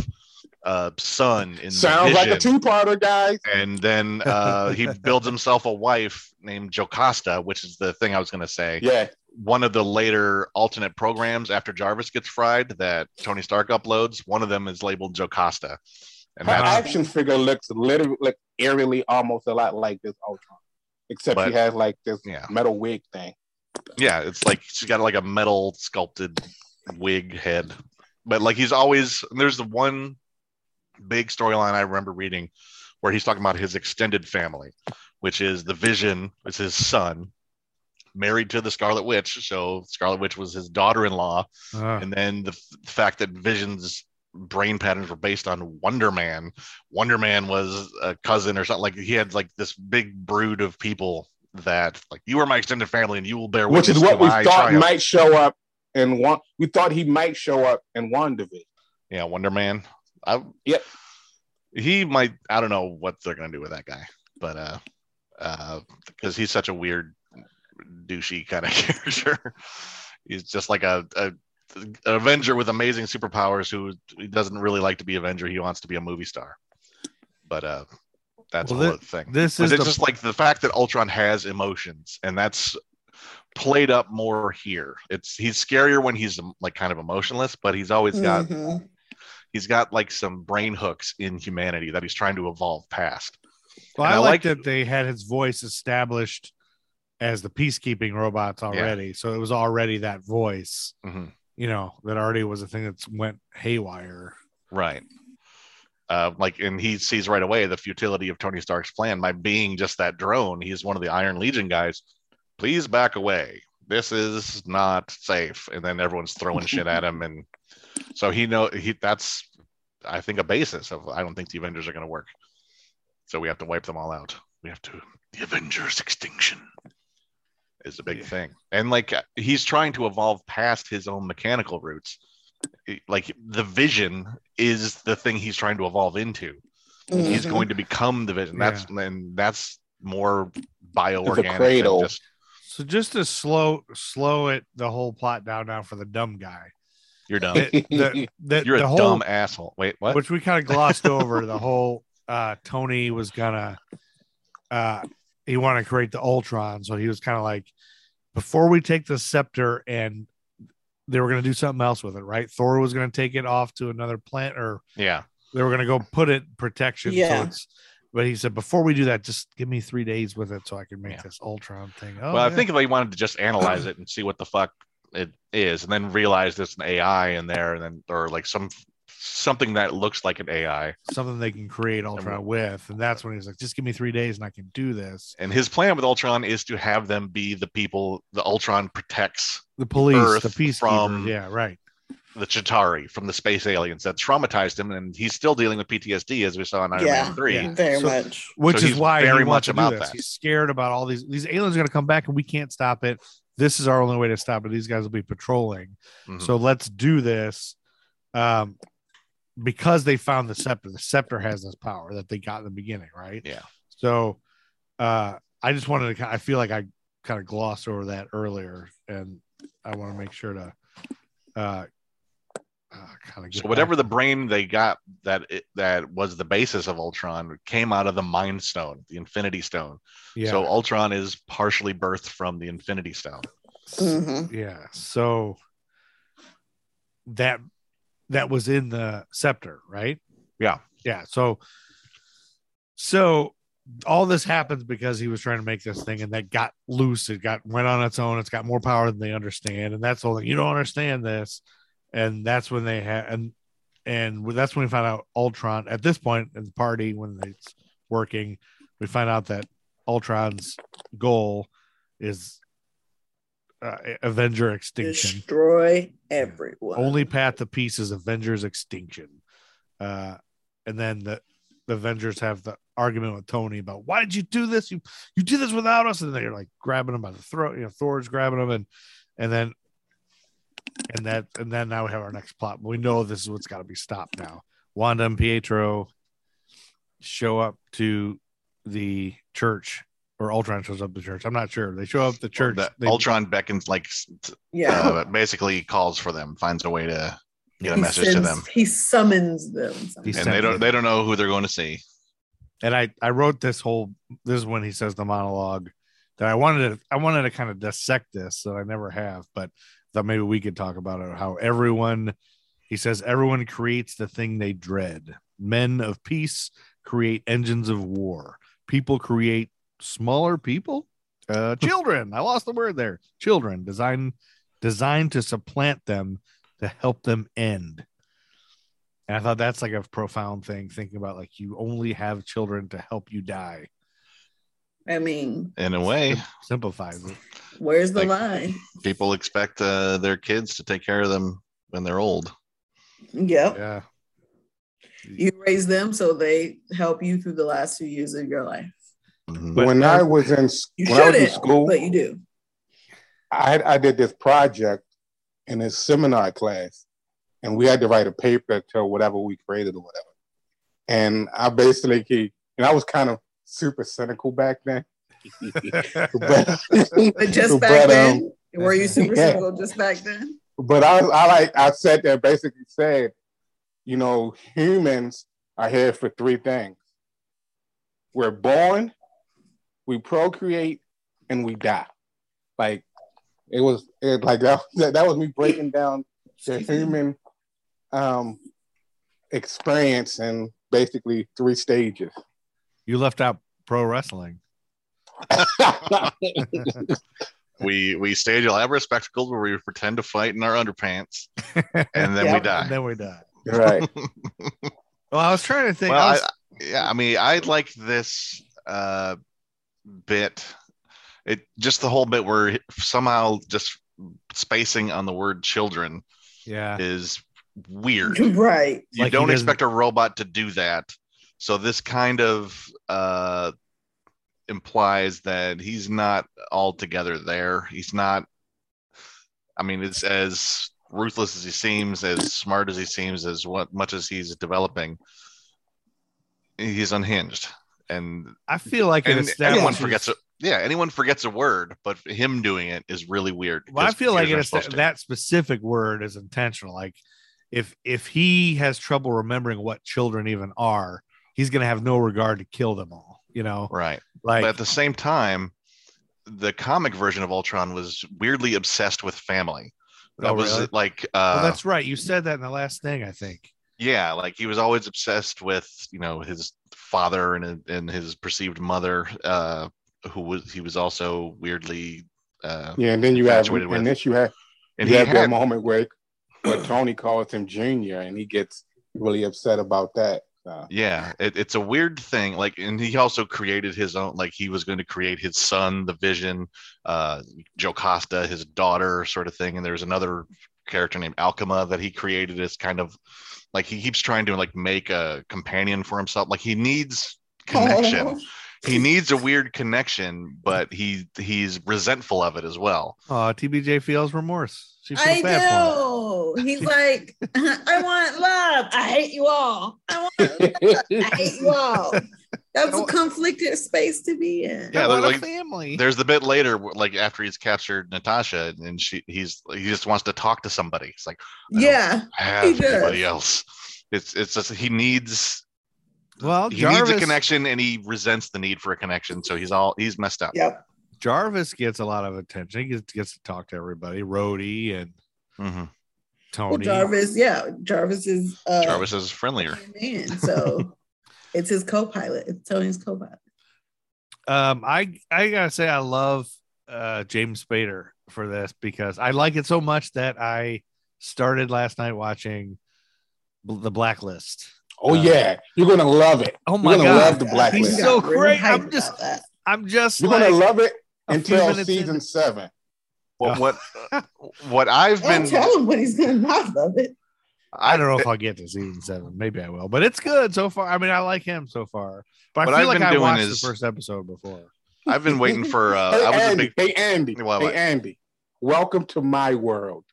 Speaker 7: a son in
Speaker 9: Sounds
Speaker 7: the
Speaker 9: like a
Speaker 7: Vision.
Speaker 9: two-parter, guys.
Speaker 7: and then uh, he builds himself a wife named Jocasta, which is the thing I was going to say.
Speaker 9: Yeah,
Speaker 7: one of the later alternate programs after Jarvis gets fried that Tony Stark uploads. One of them is labeled Jocasta, and
Speaker 9: her
Speaker 7: that's
Speaker 9: action figure looks literally like eerily almost a lot like this Ultron, except
Speaker 7: But-
Speaker 9: she has like this
Speaker 7: yeah.
Speaker 9: metal wig thing.
Speaker 7: yeah, it's like she's got like a metal sculpted wig head, but like he's always there's the one big storyline I remember reading where he's talking about his extended family, which is the Vision, it's his son, married to the Scarlet Witch. So Scarlet Witch was his daughter-in-law,
Speaker 4: Uh,
Speaker 7: and then the, f- the fact that Vision's brain patterns were based on Wonder Man. Wonder Man was a cousin or something like he had like this big brood of people that like you are my extended family and you will bear
Speaker 9: which
Speaker 7: witness
Speaker 9: is what
Speaker 7: to
Speaker 9: we
Speaker 7: my
Speaker 9: thought
Speaker 7: triumph.
Speaker 9: might show up in one. We thought he might show up in one division.
Speaker 7: yeah, Wonder Man. I,
Speaker 9: Yep.
Speaker 7: He might. I don't know what they're gonna do with that guy, but uh, uh, because he's such a weird, douchey kind of character. he's just like a, a an Avenger with amazing superpowers who he doesn't really like to be Avenger. He wants to be a movie star. But uh, that's
Speaker 4: Well,
Speaker 7: the
Speaker 4: thi-
Speaker 7: whole thing.
Speaker 4: this
Speaker 7: But
Speaker 4: is
Speaker 7: it's
Speaker 4: the-
Speaker 7: just like the fact that Ultron has emotions, and that's played up more here. It's he's scarier when he's um, like kind of emotionless, but he's always got
Speaker 10: Mhm.
Speaker 7: he's got like some brain hooks in humanity that he's trying to evolve past.
Speaker 4: well,
Speaker 7: and
Speaker 4: I,
Speaker 7: I
Speaker 4: like
Speaker 7: like-
Speaker 4: that they had his voice established as the peacekeeping robots already, so it was already that voice.
Speaker 7: Mhm.
Speaker 4: You know that already was a thing that's went haywire.
Speaker 7: Right. Uh, like, and he sees right away the futility of Tony Stark's plan by being just that drone. He's one of the Iron Legion guys. Please back away. This is not safe. And then everyone's throwing shit at him, and so he know he that's I think a basis of I don't think the Avengers are going to work. So we have to wipe them all out. We have to the Avengers extinction is a big thing. And like he's trying to evolve past his own mechanical roots. Like the vision is the thing he's trying to evolve into. He's
Speaker 10: Mhm.
Speaker 7: going to become the vision. That's and that's more bioorganic
Speaker 9: cradle.
Speaker 7: than just
Speaker 4: So just to slow slow it the whole plot down now for the dumb guy.
Speaker 7: you're dumb.
Speaker 4: That- that- that
Speaker 7: You're a
Speaker 4: the whole-
Speaker 7: dumb asshole. Wait, what?
Speaker 4: which we kind of glossed over the whole uh tony was gonna uh he wanted to create the ultron so he was kind of like before we take the scepter and they were gonna do something else with it right thor was gonna take it off to another plant or
Speaker 7: yeah.
Speaker 4: they were gonna go put it protection so
Speaker 10: Yeah.
Speaker 4: it's- but he said before we do that just give me three days with it so i can make
Speaker 7: Yeah.
Speaker 4: this ultron thing oh
Speaker 7: well, I
Speaker 4: yeah.
Speaker 7: think if they wanted to just analyze it and see what the fuck it is, and then realize there's an AI in there, and then or like some something that looks like an AI.
Speaker 4: something they can create ultron with and that's when he's like just give me three days and i can do this
Speaker 7: And his plan with Ultron is to have them be the people the Ultron protects
Speaker 4: the police
Speaker 7: Earth
Speaker 4: the peacekeepers
Speaker 7: from-
Speaker 4: yeah right
Speaker 7: the Chitari from the space aliens that traumatized him, and he's still dealing with PTSD as we saw in Iron
Speaker 10: Yeah.
Speaker 7: Man Three.
Speaker 4: Yeah.
Speaker 10: Very
Speaker 4: So-
Speaker 10: much.
Speaker 4: which
Speaker 7: So
Speaker 4: is
Speaker 7: he's
Speaker 4: why
Speaker 7: very
Speaker 4: he wants
Speaker 7: much
Speaker 4: to
Speaker 7: about
Speaker 4: do this.
Speaker 7: that.
Speaker 4: He's scared about all these these aliens are going to come back and we can't stop it. This is our only way to stop it. These guys will be patrolling,
Speaker 7: Mhm.
Speaker 4: so let's do this. um, because they found the scepter. The scepter has this power that they got in the beginning, right?
Speaker 7: Yeah.
Speaker 4: So uh, I just wanted to. ki- I feel like I kind of glossed over that earlier, and I want to make sure to uh, uh, kind of
Speaker 7: So whatever the brain they got that it, that was the basis of Ultron came out of the Mind Stone, the Infinity Stone.
Speaker 4: yeah.
Speaker 7: So Ultron is partially birthed from the Infinity Stone.
Speaker 10: Mhm.
Speaker 4: yeah so that that was in the scepter right
Speaker 7: Yeah.
Speaker 4: yeah so so all this happens because he was trying to make this thing and that got loose it got went on its own it's got more power than they understand and that's all you don't understand this and that's when they had and and that's when we found out ultron at this point in the party when it's working we find out that ultron's goal is uh, avenger extinction
Speaker 10: Destroy everyone.
Speaker 4: only path to peace is Avengers extinction. Uh, and then the, the Avengers have the argument with Tony about why did you do this? You you did this without us, and they're like grabbing him by the throat. You know, Thor's grabbing him, and and then and that and then now we have our next plot. We know this is what's got to be stopped now. Wanda and Pietro show up to the church, or Ultron shows up to the church. I'm not sure. They show up to the church.
Speaker 7: That
Speaker 4: They-
Speaker 7: Ultron beckons, like s- t-
Speaker 10: yeah.
Speaker 7: uh, basically calls for them, finds a way to get a
Speaker 10: He
Speaker 7: message to
Speaker 10: sends-
Speaker 7: them,
Speaker 10: He summons them.
Speaker 4: He
Speaker 7: and they
Speaker 4: sends
Speaker 7: don't they don't know who they're going to see.
Speaker 4: and I I wrote this whole this is when he says the monologue that I wanted to I wanted to kind of dissect this that I never have, but thought maybe we could talk about it how everyone he says everyone creates the thing they dread. Men of peace create engines of war. People create smaller people. Uh, children. I lost the word there. Children designed designed to supplant them to help them end. And I thought that's like a profound thing, thinking about like you only have children to help you die.
Speaker 10: I mean,
Speaker 7: In a way,
Speaker 4: Simplifies it.
Speaker 10: where's the
Speaker 7: Like-
Speaker 10: line?
Speaker 7: people expect uh, their kids to take care of them when they're old.
Speaker 10: Yep.
Speaker 4: Yeah.
Speaker 10: You raise them so they help you through the last few years of your life.
Speaker 7: Mhm.
Speaker 4: But
Speaker 9: when
Speaker 4: now-
Speaker 9: I was in s-
Speaker 10: You
Speaker 9: when I was in
Speaker 10: shouldn't,
Speaker 9: school,
Speaker 10: but you do.
Speaker 9: I I did this project in a seminar class, and we had to write a paper to whatever we created or whatever. And I basically, and I was kind of super cynical back then. but,
Speaker 10: But just back
Speaker 9: but,
Speaker 10: then,
Speaker 9: um,
Speaker 10: were you super
Speaker 9: Yeah.
Speaker 10: single just back then?
Speaker 9: but I, I like I said that basically said, you know, humans are here for three things: we're born, we procreate, and we die. Like it was, it like that. That was me breaking down the human um, experience in basically three stages.
Speaker 4: you left out pro wrestling.
Speaker 7: We we stage elaborate spectacles where we pretend to fight in our underpants, and then we
Speaker 10: Yeah.
Speaker 4: And
Speaker 7: die.
Speaker 4: then we die.
Speaker 9: right.
Speaker 4: Well, I was trying to think.
Speaker 7: Well,
Speaker 4: I
Speaker 7: I-
Speaker 4: was-
Speaker 7: yeah i mean i like this uh bit it just the whole bit where somehow just spacing on the word children
Speaker 4: yeah.
Speaker 7: is weird you
Speaker 10: Right.
Speaker 4: Like he
Speaker 7: don't
Speaker 4: doesn't-
Speaker 7: expect a robot to do that so this kind of uh implies that he's not altogether there he's not i mean it's as ruthless as he seems as smart as he seems as what much as he's developing he's unhinged and
Speaker 4: I feel like it
Speaker 7: and anyone
Speaker 4: establishes-
Speaker 7: forgets a, yeah anyone forgets a word but him doing it is really weird
Speaker 4: Well, I
Speaker 7: because
Speaker 4: feel like
Speaker 7: you're
Speaker 4: it's
Speaker 7: supposed
Speaker 4: that,
Speaker 7: to.
Speaker 4: that specific word is intentional. Like, if if he has trouble remembering what children even are, he's gonna have no regard to kill them all. You know,
Speaker 7: right but
Speaker 4: like
Speaker 7: at the same time the comic version of ultron was weirdly obsessed with family that
Speaker 4: Oh,
Speaker 7: was
Speaker 4: really?
Speaker 7: like
Speaker 4: well,
Speaker 7: uh
Speaker 4: that's right. You said that in the last thing, I think.
Speaker 7: yeah like he was always obsessed with you know his father and and his perceived mother uh who was he was also weirdly uh
Speaker 9: Yeah, and then you have,
Speaker 7: Infatuated with.
Speaker 9: and then you have,
Speaker 7: and
Speaker 9: you
Speaker 7: he
Speaker 9: have that
Speaker 7: had
Speaker 9: moment where, where Tony calls him Junior, and he gets really upset about that. So.
Speaker 7: yeah it, it's a weird thing like and he also created his own like he was going to create his son the vision uh jocasta his daughter sort of thing and there's another character named alchema that he created as kind of like he keeps trying to like make a companion for himself like he needs connection
Speaker 10: Oh,
Speaker 7: he needs a weird connection but he he's resentful of it as well
Speaker 4: Uh, Oh, TBJ feels remorse. She
Speaker 10: I
Speaker 4: feels bad for him.
Speaker 10: know. He's like, I want love. I hate you all. I want love. I hate you all. That's a conflicted space to be in.
Speaker 7: Yeah, they're
Speaker 4: What a
Speaker 7: like,
Speaker 4: family.
Speaker 7: there's the bit later, wh- like after he's captured Natasha, and she he's he just wants to talk to somebody. It's like I don't
Speaker 10: Yeah.
Speaker 7: have
Speaker 10: He does.
Speaker 7: anybody else. It's it's just he needs
Speaker 4: Well,
Speaker 7: he
Speaker 4: Oh, Jarvis,
Speaker 7: needs a connection, and he resents the need for a connection. So he's all he's messed up.
Speaker 10: Yep.
Speaker 4: Jarvis gets a lot of attention. He gets, gets to talk to everybody, Rhodey and
Speaker 7: Mhm.
Speaker 10: Well,
Speaker 4: Tony.
Speaker 10: Jarvis, yeah. Jarvis is uh
Speaker 7: Jarvis is friendlier.
Speaker 10: man. So it's his co-pilot. It's Tony's co-pilot.
Speaker 4: um, I I gotta say I love uh, James Spader for this because I like it so much that I started last night watching Bl- The Blacklist.
Speaker 9: Oh
Speaker 4: Uh,
Speaker 9: yeah, you're gonna love it.
Speaker 4: Oh
Speaker 9: You're
Speaker 4: my
Speaker 9: gonna love
Speaker 4: god,
Speaker 9: the Blacklist.
Speaker 4: He's
Speaker 10: We
Speaker 4: so
Speaker 10: got real
Speaker 4: great.
Speaker 10: hype
Speaker 4: I'm just
Speaker 10: about that.
Speaker 4: I'm just
Speaker 9: You're
Speaker 4: like
Speaker 9: gonna love it
Speaker 4: a few
Speaker 9: until
Speaker 4: minutes in.
Speaker 9: season seven.
Speaker 7: What what what I've
Speaker 10: Don't
Speaker 7: been
Speaker 10: tell him when he's gonna not love it.
Speaker 4: I don't know if I'll get to season seven. Maybe I will, but it's good so far. I mean, I like him so far, but
Speaker 7: What
Speaker 4: I feel
Speaker 7: I've
Speaker 4: like
Speaker 7: been
Speaker 4: I
Speaker 7: doing
Speaker 4: watched
Speaker 7: is-
Speaker 4: the first episode before.
Speaker 7: I've been waiting for. Uh,
Speaker 9: hey
Speaker 7: I was a
Speaker 9: Andy,
Speaker 7: big
Speaker 9: hey Andy,
Speaker 7: What,
Speaker 9: hey
Speaker 7: what?
Speaker 9: Andy, welcome to my world.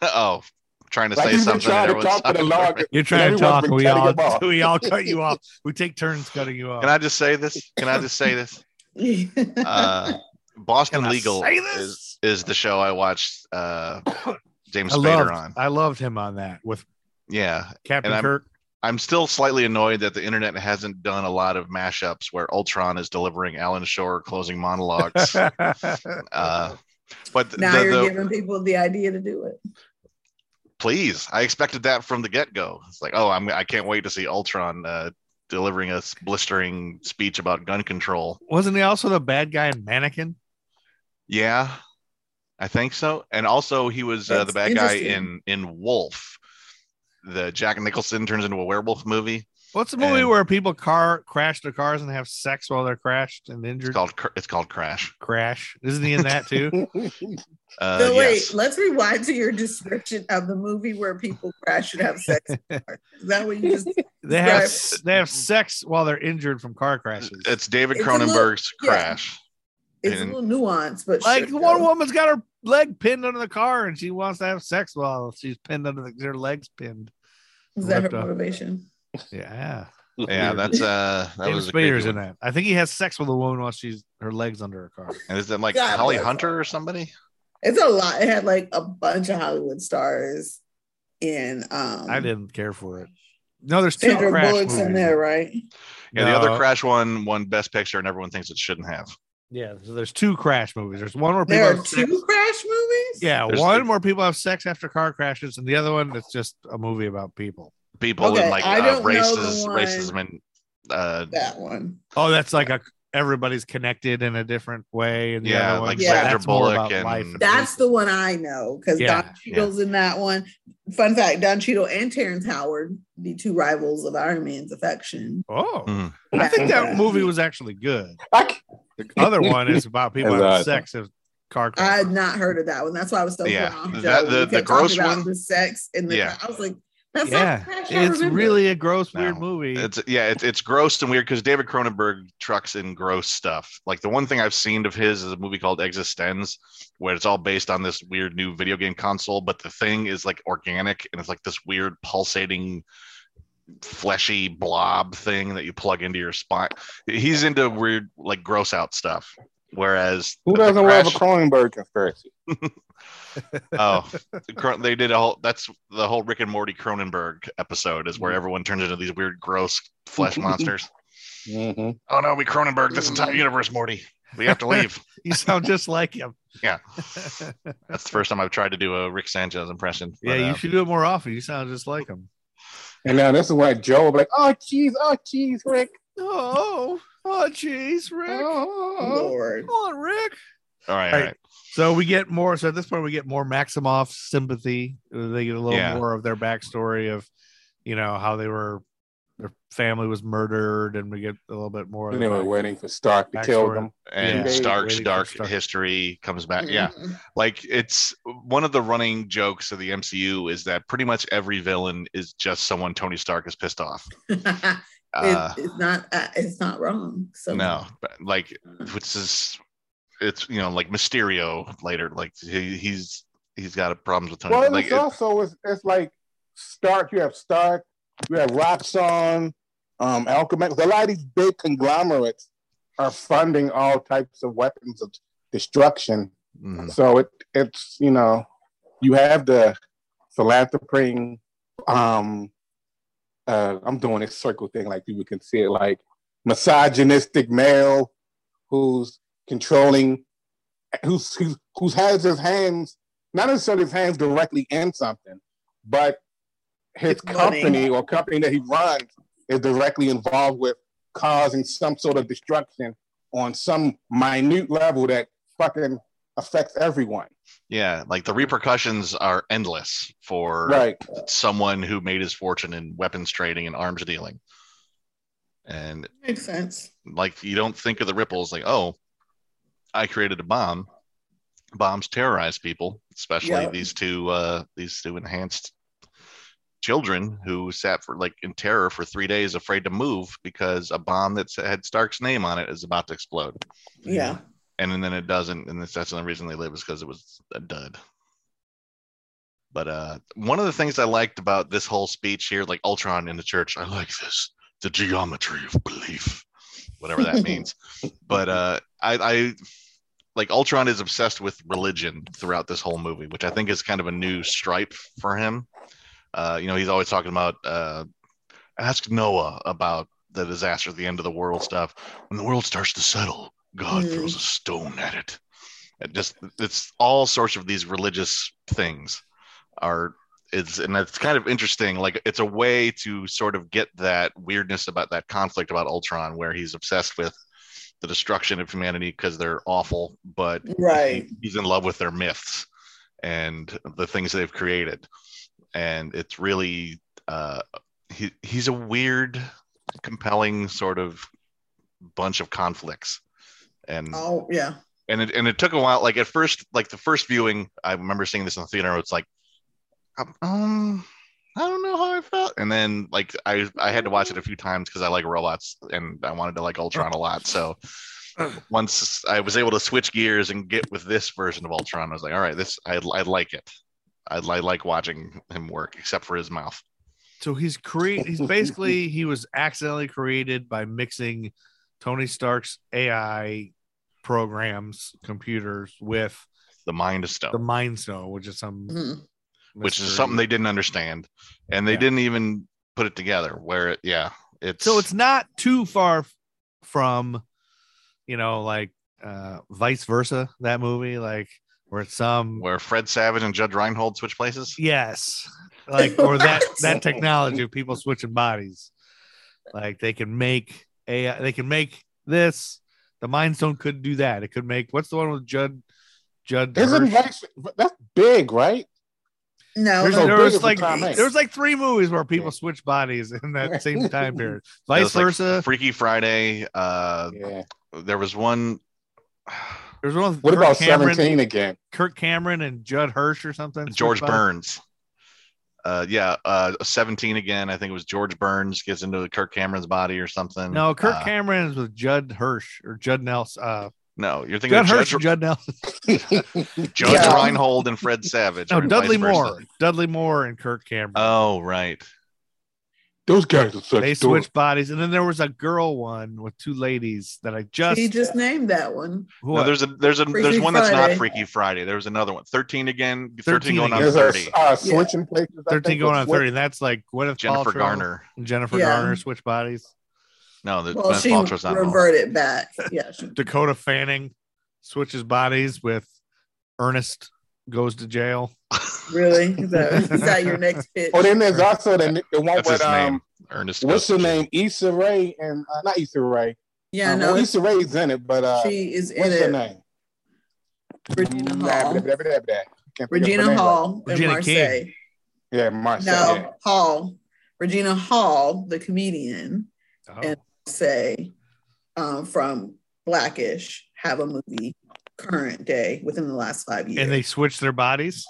Speaker 7: oh trying to
Speaker 9: Like
Speaker 7: say
Speaker 9: you've been
Speaker 7: something.
Speaker 9: trying to
Speaker 7: everyone's
Speaker 9: talk for the
Speaker 7: talking over
Speaker 9: longest.
Speaker 7: me.
Speaker 4: You're trying to
Speaker 9: Everyone's
Speaker 4: talk,
Speaker 9: been
Speaker 4: we
Speaker 9: cutting
Speaker 4: all
Speaker 9: him off.
Speaker 4: we all cut you off. We take turns cutting you off.
Speaker 7: Can I just say this? Can I just say this? Uh, Boston
Speaker 4: Can I
Speaker 7: Legal
Speaker 4: say this?
Speaker 7: is is the show I watched uh, James
Speaker 4: I
Speaker 7: Spader
Speaker 4: loved,
Speaker 7: on.
Speaker 4: I loved him on that with
Speaker 7: Yeah,
Speaker 4: Captain
Speaker 7: And I'm-
Speaker 4: Kirk.
Speaker 7: I'm still slightly annoyed that the internet hasn't done a lot of mashups where Ultron is delivering Alan Shore closing monologues. uh, but the,
Speaker 10: now you're
Speaker 7: the-
Speaker 10: giving people the idea to do it.
Speaker 7: please, I expected that from the get go. It's like, oh, I'm I can't wait to see Ultron uh, delivering a s- blistering speech about gun control.
Speaker 4: Wasn't he also the bad guy in Mannequin?
Speaker 7: Yeah, I think so. And also, he was uh, the
Speaker 10: That's
Speaker 7: bad guy in
Speaker 10: interesting.
Speaker 7: in Wolf. The Jack Nicholson turns into a werewolf movie.
Speaker 4: What's the movie
Speaker 7: And-
Speaker 4: where people car crash their cars and have sex while they're crashed and
Speaker 7: It's
Speaker 4: injured?
Speaker 7: called Cr- it's called Crash.
Speaker 4: crash. Isn't he in that too?
Speaker 7: Uh,
Speaker 10: so wait,
Speaker 7: yes.
Speaker 10: let's rewind to your description of the movie where people crash and have sex. Is that what you just
Speaker 4: they have
Speaker 10: Right.
Speaker 4: s- they have sex while they're injured from car crashes.
Speaker 7: It's David
Speaker 10: It's a little-
Speaker 7: Cronenberg's
Speaker 10: yeah.
Speaker 7: Crash.
Speaker 10: it's a
Speaker 7: And-
Speaker 10: little nuanced, but
Speaker 4: like
Speaker 10: sure.
Speaker 4: one woman's got her leg pinned under the car and she wants to have sex while she's pinned under the, her legs pinned.
Speaker 10: is that her
Speaker 4: ripped off.
Speaker 10: motivation?
Speaker 4: Yeah,
Speaker 7: Yeah, that's uh that
Speaker 4: James
Speaker 7: was a
Speaker 4: Spader's
Speaker 7: creepy
Speaker 4: in
Speaker 7: one.
Speaker 4: that. I think he has sex with a woman while she's her legs under a car.
Speaker 7: And is it like
Speaker 10: God
Speaker 7: Holly
Speaker 10: bless
Speaker 7: Hunter or somebody?
Speaker 10: It's a lot. It had like a bunch of Hollywood stars in um
Speaker 4: I didn't care for it. No, there's two
Speaker 10: Sandra
Speaker 4: crash
Speaker 10: Bullock's in
Speaker 4: movies.
Speaker 10: there, right?
Speaker 7: Yeah, the
Speaker 4: No.
Speaker 7: other Crash one won Best Picture, and everyone thinks it shouldn't have.
Speaker 4: Yeah, so there's two crash movies. There's one where people
Speaker 10: There are
Speaker 4: have
Speaker 10: two
Speaker 4: sex-
Speaker 10: crash movies.
Speaker 4: Yeah,
Speaker 7: There's
Speaker 4: one
Speaker 7: the-
Speaker 4: where people have sex after car crashes, and the other one that's just a movie about people.
Speaker 7: People
Speaker 10: Okay,
Speaker 7: in like
Speaker 10: I
Speaker 7: uh,
Speaker 10: don't know the
Speaker 7: races,
Speaker 10: one-
Speaker 7: racism, and uh,
Speaker 10: that one.
Speaker 4: Oh, that's like a everybody's connected in a different way, and the
Speaker 7: Yeah,
Speaker 4: other one,
Speaker 7: like
Speaker 4: but
Speaker 10: Sandra
Speaker 4: that's more
Speaker 7: Bullock
Speaker 4: about
Speaker 7: and-
Speaker 4: life. and
Speaker 10: That's
Speaker 4: racism.
Speaker 10: the one I know because
Speaker 4: Yeah,
Speaker 10: Don Cheadle's in that one. Fun fact: Don Cheadle and Terrence Howard, the two rivals of Iron Man's affection.
Speaker 4: Oh,
Speaker 7: Mhm.
Speaker 4: I think that movie was actually good. The other one is about people
Speaker 9: That's
Speaker 4: having
Speaker 9: awesome.
Speaker 4: sex as car
Speaker 10: I
Speaker 4: crashes.
Speaker 10: had not heard of that one. That's why I was so
Speaker 7: Yeah,
Speaker 10: blown
Speaker 7: that-
Speaker 10: off, Joe,
Speaker 7: the-
Speaker 10: when you
Speaker 7: the
Speaker 10: kept talking
Speaker 7: gross
Speaker 10: about
Speaker 7: one?
Speaker 10: The sex and the
Speaker 7: Yeah.
Speaker 10: I was like, that's
Speaker 4: Yeah,
Speaker 10: not crash. I
Speaker 4: it's
Speaker 10: remember.
Speaker 4: really a gross,
Speaker 7: No.
Speaker 4: weird movie.
Speaker 7: It's yeah, it's it's gross and weird because David Cronenberg trucks in gross stuff. Like the one thing I've seen of his is a movie called Existenz, where it's all based on this weird new video game console, but the thing is like organic and it's like this weird pulsating fleshy blob thing that you plug into your spine. He's into weird like gross out stuff. Whereas
Speaker 9: Who
Speaker 7: the
Speaker 9: doesn't love a
Speaker 7: Crash-
Speaker 9: Cronenberg conspiracy?
Speaker 7: oh, the Cron- they did a whole. That's the whole Rick and Morty Cronenberg episode is
Speaker 9: Mm-hmm.
Speaker 7: where everyone turns into these weird, gross flesh monsters.
Speaker 9: hmm
Speaker 7: Oh no, we Cronenberg this entire universe, Morty. We have to leave.
Speaker 4: you sound just like him.
Speaker 7: Yeah. that's the first time I've tried to do a Rick Sanchez impression.
Speaker 4: yeah,
Speaker 7: but,
Speaker 4: you
Speaker 7: uh,
Speaker 4: should do it more often. You sound just like him.
Speaker 9: And now this is why Joe will be like, oh jeez, oh jeez, Rick.
Speaker 4: Oh, oh, jeez, Rick.
Speaker 9: Oh.
Speaker 10: Lord.
Speaker 4: Come on, Rick.
Speaker 7: all right, all
Speaker 4: All
Speaker 7: right.
Speaker 4: So we get more. So at this point, we get more Maximoff sympathy. They get a little
Speaker 7: Yeah.
Speaker 4: more of their backstory of, you know, how they were, their family was murdered, and we get a little bit more. Of
Speaker 9: And
Speaker 4: the
Speaker 9: they were
Speaker 4: back-
Speaker 9: waiting for Stark to
Speaker 4: Backstory.
Speaker 9: kill them.
Speaker 7: And
Speaker 4: Yeah.
Speaker 7: Stark's
Speaker 4: Waiting for
Speaker 7: dark
Speaker 4: Stark.
Speaker 7: history comes back. Yeah.
Speaker 10: Mhm.
Speaker 7: Like it's one of the running jokes of the MCU is that pretty much every villain is just someone Tony Stark is pissed off.
Speaker 10: It-
Speaker 7: Uh,
Speaker 10: it's not. Uh, it's not wrong. So
Speaker 7: no, but, like which is it's you know like Mysterio later. Like he, he's he's got problems with Tony.
Speaker 9: Well, and
Speaker 7: like,
Speaker 9: it's
Speaker 7: it-
Speaker 9: also it's, it's like Stark. You have Stark. You have Roxxon, um, Alchemax. A lot of these big conglomerates are funding all types of weapons of destruction.
Speaker 7: Mhm.
Speaker 9: So it it's you know you have the philanthropy. Um, uh, I'm doing this circle thing like people can see it like misogynistic male who's controlling who's who's who has his hands not necessarily his hands directly in something, but his
Speaker 10: It's money.
Speaker 9: company or company that he runs is directly involved with causing some sort of destruction on some minute level that fucking affects everyone.
Speaker 7: yeah, like the repercussions are endless for
Speaker 9: Right.
Speaker 7: someone who made his fortune in weapons trading and arms dealing. And
Speaker 10: Makes sense.
Speaker 7: like you don't think of the ripples like, oh, I created a bomb. Bombs terrorize people, especially
Speaker 10: Yeah.
Speaker 7: these two uh these two enhanced children who sat for like in terror for three days afraid to move because a bomb that had Stark's name on it is about to explode.
Speaker 10: Yeah.
Speaker 7: and then it doesn't and that's that's the only reason they live is because it was a dud but uh one of the things i liked about this whole speech here like ultron in the church i like this the geometry of belief whatever that means but uh i i like ultron is obsessed with religion throughout this whole movie which i think is kind of a new stripe for him uh you know he's always talking about uh ask noah about the disaster at the end of the world stuff when the world starts to settle God
Speaker 10: Mm.
Speaker 7: throws a stone at it. It just it's all sorts of these religious things are it's and that's kind of interesting. Like it's a way to sort of get that weirdness about that conflict about Ultron, where he's obsessed with the destruction of humanity because they're awful, but
Speaker 10: Right.
Speaker 7: he- he's in love with their myths and the things they've created. And it's really uh he he's a weird, compelling sort of bunch of conflicts. And
Speaker 10: Oh yeah.
Speaker 7: and it and it took a while. Like at first, like the first viewing, I remember seeing this in the theater. It's like, um, I don't know how I felt. And then like I I had to watch it a few times because I like robots and I wanted to like Ultron a lot. So once I was able to switch gears and get with this version of Ultron, I was like, all right, this I I like it. I, I like watching him work, except for his mouth.
Speaker 4: So he's create. He's basically he was accidentally created by mixing Tony Stark's AI programs, computers with
Speaker 7: The mind is stone.
Speaker 4: the Mind Stone, which is some
Speaker 10: Mhm.
Speaker 7: which is
Speaker 4: mystery.
Speaker 7: something they didn't understand and they
Speaker 4: Yeah.
Speaker 7: didn't even put it together where it yeah it's
Speaker 4: so it's not too far f- from you know like uh vice versa that movie like where it's some
Speaker 7: where fred savage and judge reinhold switch places
Speaker 4: yes like or that
Speaker 10: What?
Speaker 4: that technology of people switching bodies like they can make AI they can make this the mind stone could do that it could make what's the one with judd judd
Speaker 9: Isn't
Speaker 4: Hirsch?
Speaker 9: Vice- that's big, right?
Speaker 10: No.
Speaker 4: There's-
Speaker 9: so
Speaker 4: there
Speaker 9: big
Speaker 4: was
Speaker 9: of a
Speaker 4: like
Speaker 9: Tom Hanks.
Speaker 4: there was like three movies where people switch bodies in that same time period
Speaker 7: That
Speaker 4: vice
Speaker 7: was, like,
Speaker 4: versa
Speaker 7: freaky friday uh
Speaker 9: Yeah.
Speaker 7: there was one
Speaker 4: there's one with
Speaker 9: What
Speaker 4: Kirk
Speaker 9: about
Speaker 4: Cameron-
Speaker 9: seventeen again?
Speaker 4: Kirk Cameron and Judd Hirsch or something.
Speaker 7: george
Speaker 4: Switchbacks?
Speaker 7: burns uh yeah uh 17 again i think it was george burns gets into kirk cameron's body or something
Speaker 4: No, Kirk
Speaker 7: Uh,
Speaker 4: Cameron is with Judd Hirsch or Judd Nelson. Uh,
Speaker 7: no you're thinking
Speaker 4: Judd
Speaker 7: of
Speaker 4: Hirsch,
Speaker 7: judge,
Speaker 4: and Judd Nelson.
Speaker 7: judge
Speaker 10: Yeah.
Speaker 7: reinhold and fred savage
Speaker 4: No,
Speaker 7: or vice
Speaker 4: Dudley
Speaker 7: versa.
Speaker 4: Moore. Dudley Moore and Kirk Cameron.
Speaker 7: oh right
Speaker 9: Those guys are such
Speaker 4: they
Speaker 9: dorks.
Speaker 4: switched bodies, and then there was a girl one with two ladies that I just.
Speaker 10: He just named that one.
Speaker 4: who
Speaker 7: no,
Speaker 4: I-
Speaker 7: there's a there's a
Speaker 10: Freaky
Speaker 7: there's one that's
Speaker 10: Friday.
Speaker 7: not Freaky Friday. There was another one. Thirteen again. 13,
Speaker 4: 13
Speaker 7: going on
Speaker 4: again.
Speaker 9: There's
Speaker 7: thirty.
Speaker 9: a uh, switching places. I
Speaker 4: thirteen
Speaker 9: think,
Speaker 4: going
Speaker 9: or
Speaker 4: on
Speaker 9: switch-
Speaker 4: thirty. And that's like Gwyneth
Speaker 7: Jennifer
Speaker 4: Paltrow
Speaker 7: Garner.
Speaker 4: and Jennifer
Speaker 10: Yeah.
Speaker 4: Garner switch bodies.
Speaker 7: No, the
Speaker 10: Well,
Speaker 7: Gwyneth
Speaker 10: she
Speaker 7: Paltrow's not. involved.
Speaker 10: reverted back. Yeah. she-
Speaker 4: Dakota Fanning switches bodies with Ernest goes to jail.
Speaker 10: Really? Is that, is that your next pitch?
Speaker 9: Oh, then there's also the, the one
Speaker 7: That's
Speaker 9: with
Speaker 7: his
Speaker 9: um,
Speaker 7: name. Ernest.
Speaker 9: what's her
Speaker 7: Gustafson.
Speaker 9: name? Issa Rae and uh, not Issa Rae.
Speaker 10: yeah.
Speaker 9: Um,
Speaker 10: No.
Speaker 9: well, Issa Rae's in it, but uh,
Speaker 10: she is in
Speaker 9: what's her
Speaker 10: it.
Speaker 9: name?
Speaker 10: Regina
Speaker 9: Blah,
Speaker 10: Hall.
Speaker 9: blah, blah, blah, blah. Can't think of her
Speaker 10: Regina
Speaker 9: name right
Speaker 10: Hall and
Speaker 4: Regina King.
Speaker 10: Marseille.
Speaker 9: now. Yeah, Marcel.
Speaker 10: No,
Speaker 9: yeah.
Speaker 10: Hall. Regina Hall, the comedian,
Speaker 4: Oh.
Speaker 10: And- say um, from Blackish, have a movie current day within the last five years.
Speaker 4: and they switch their bodies.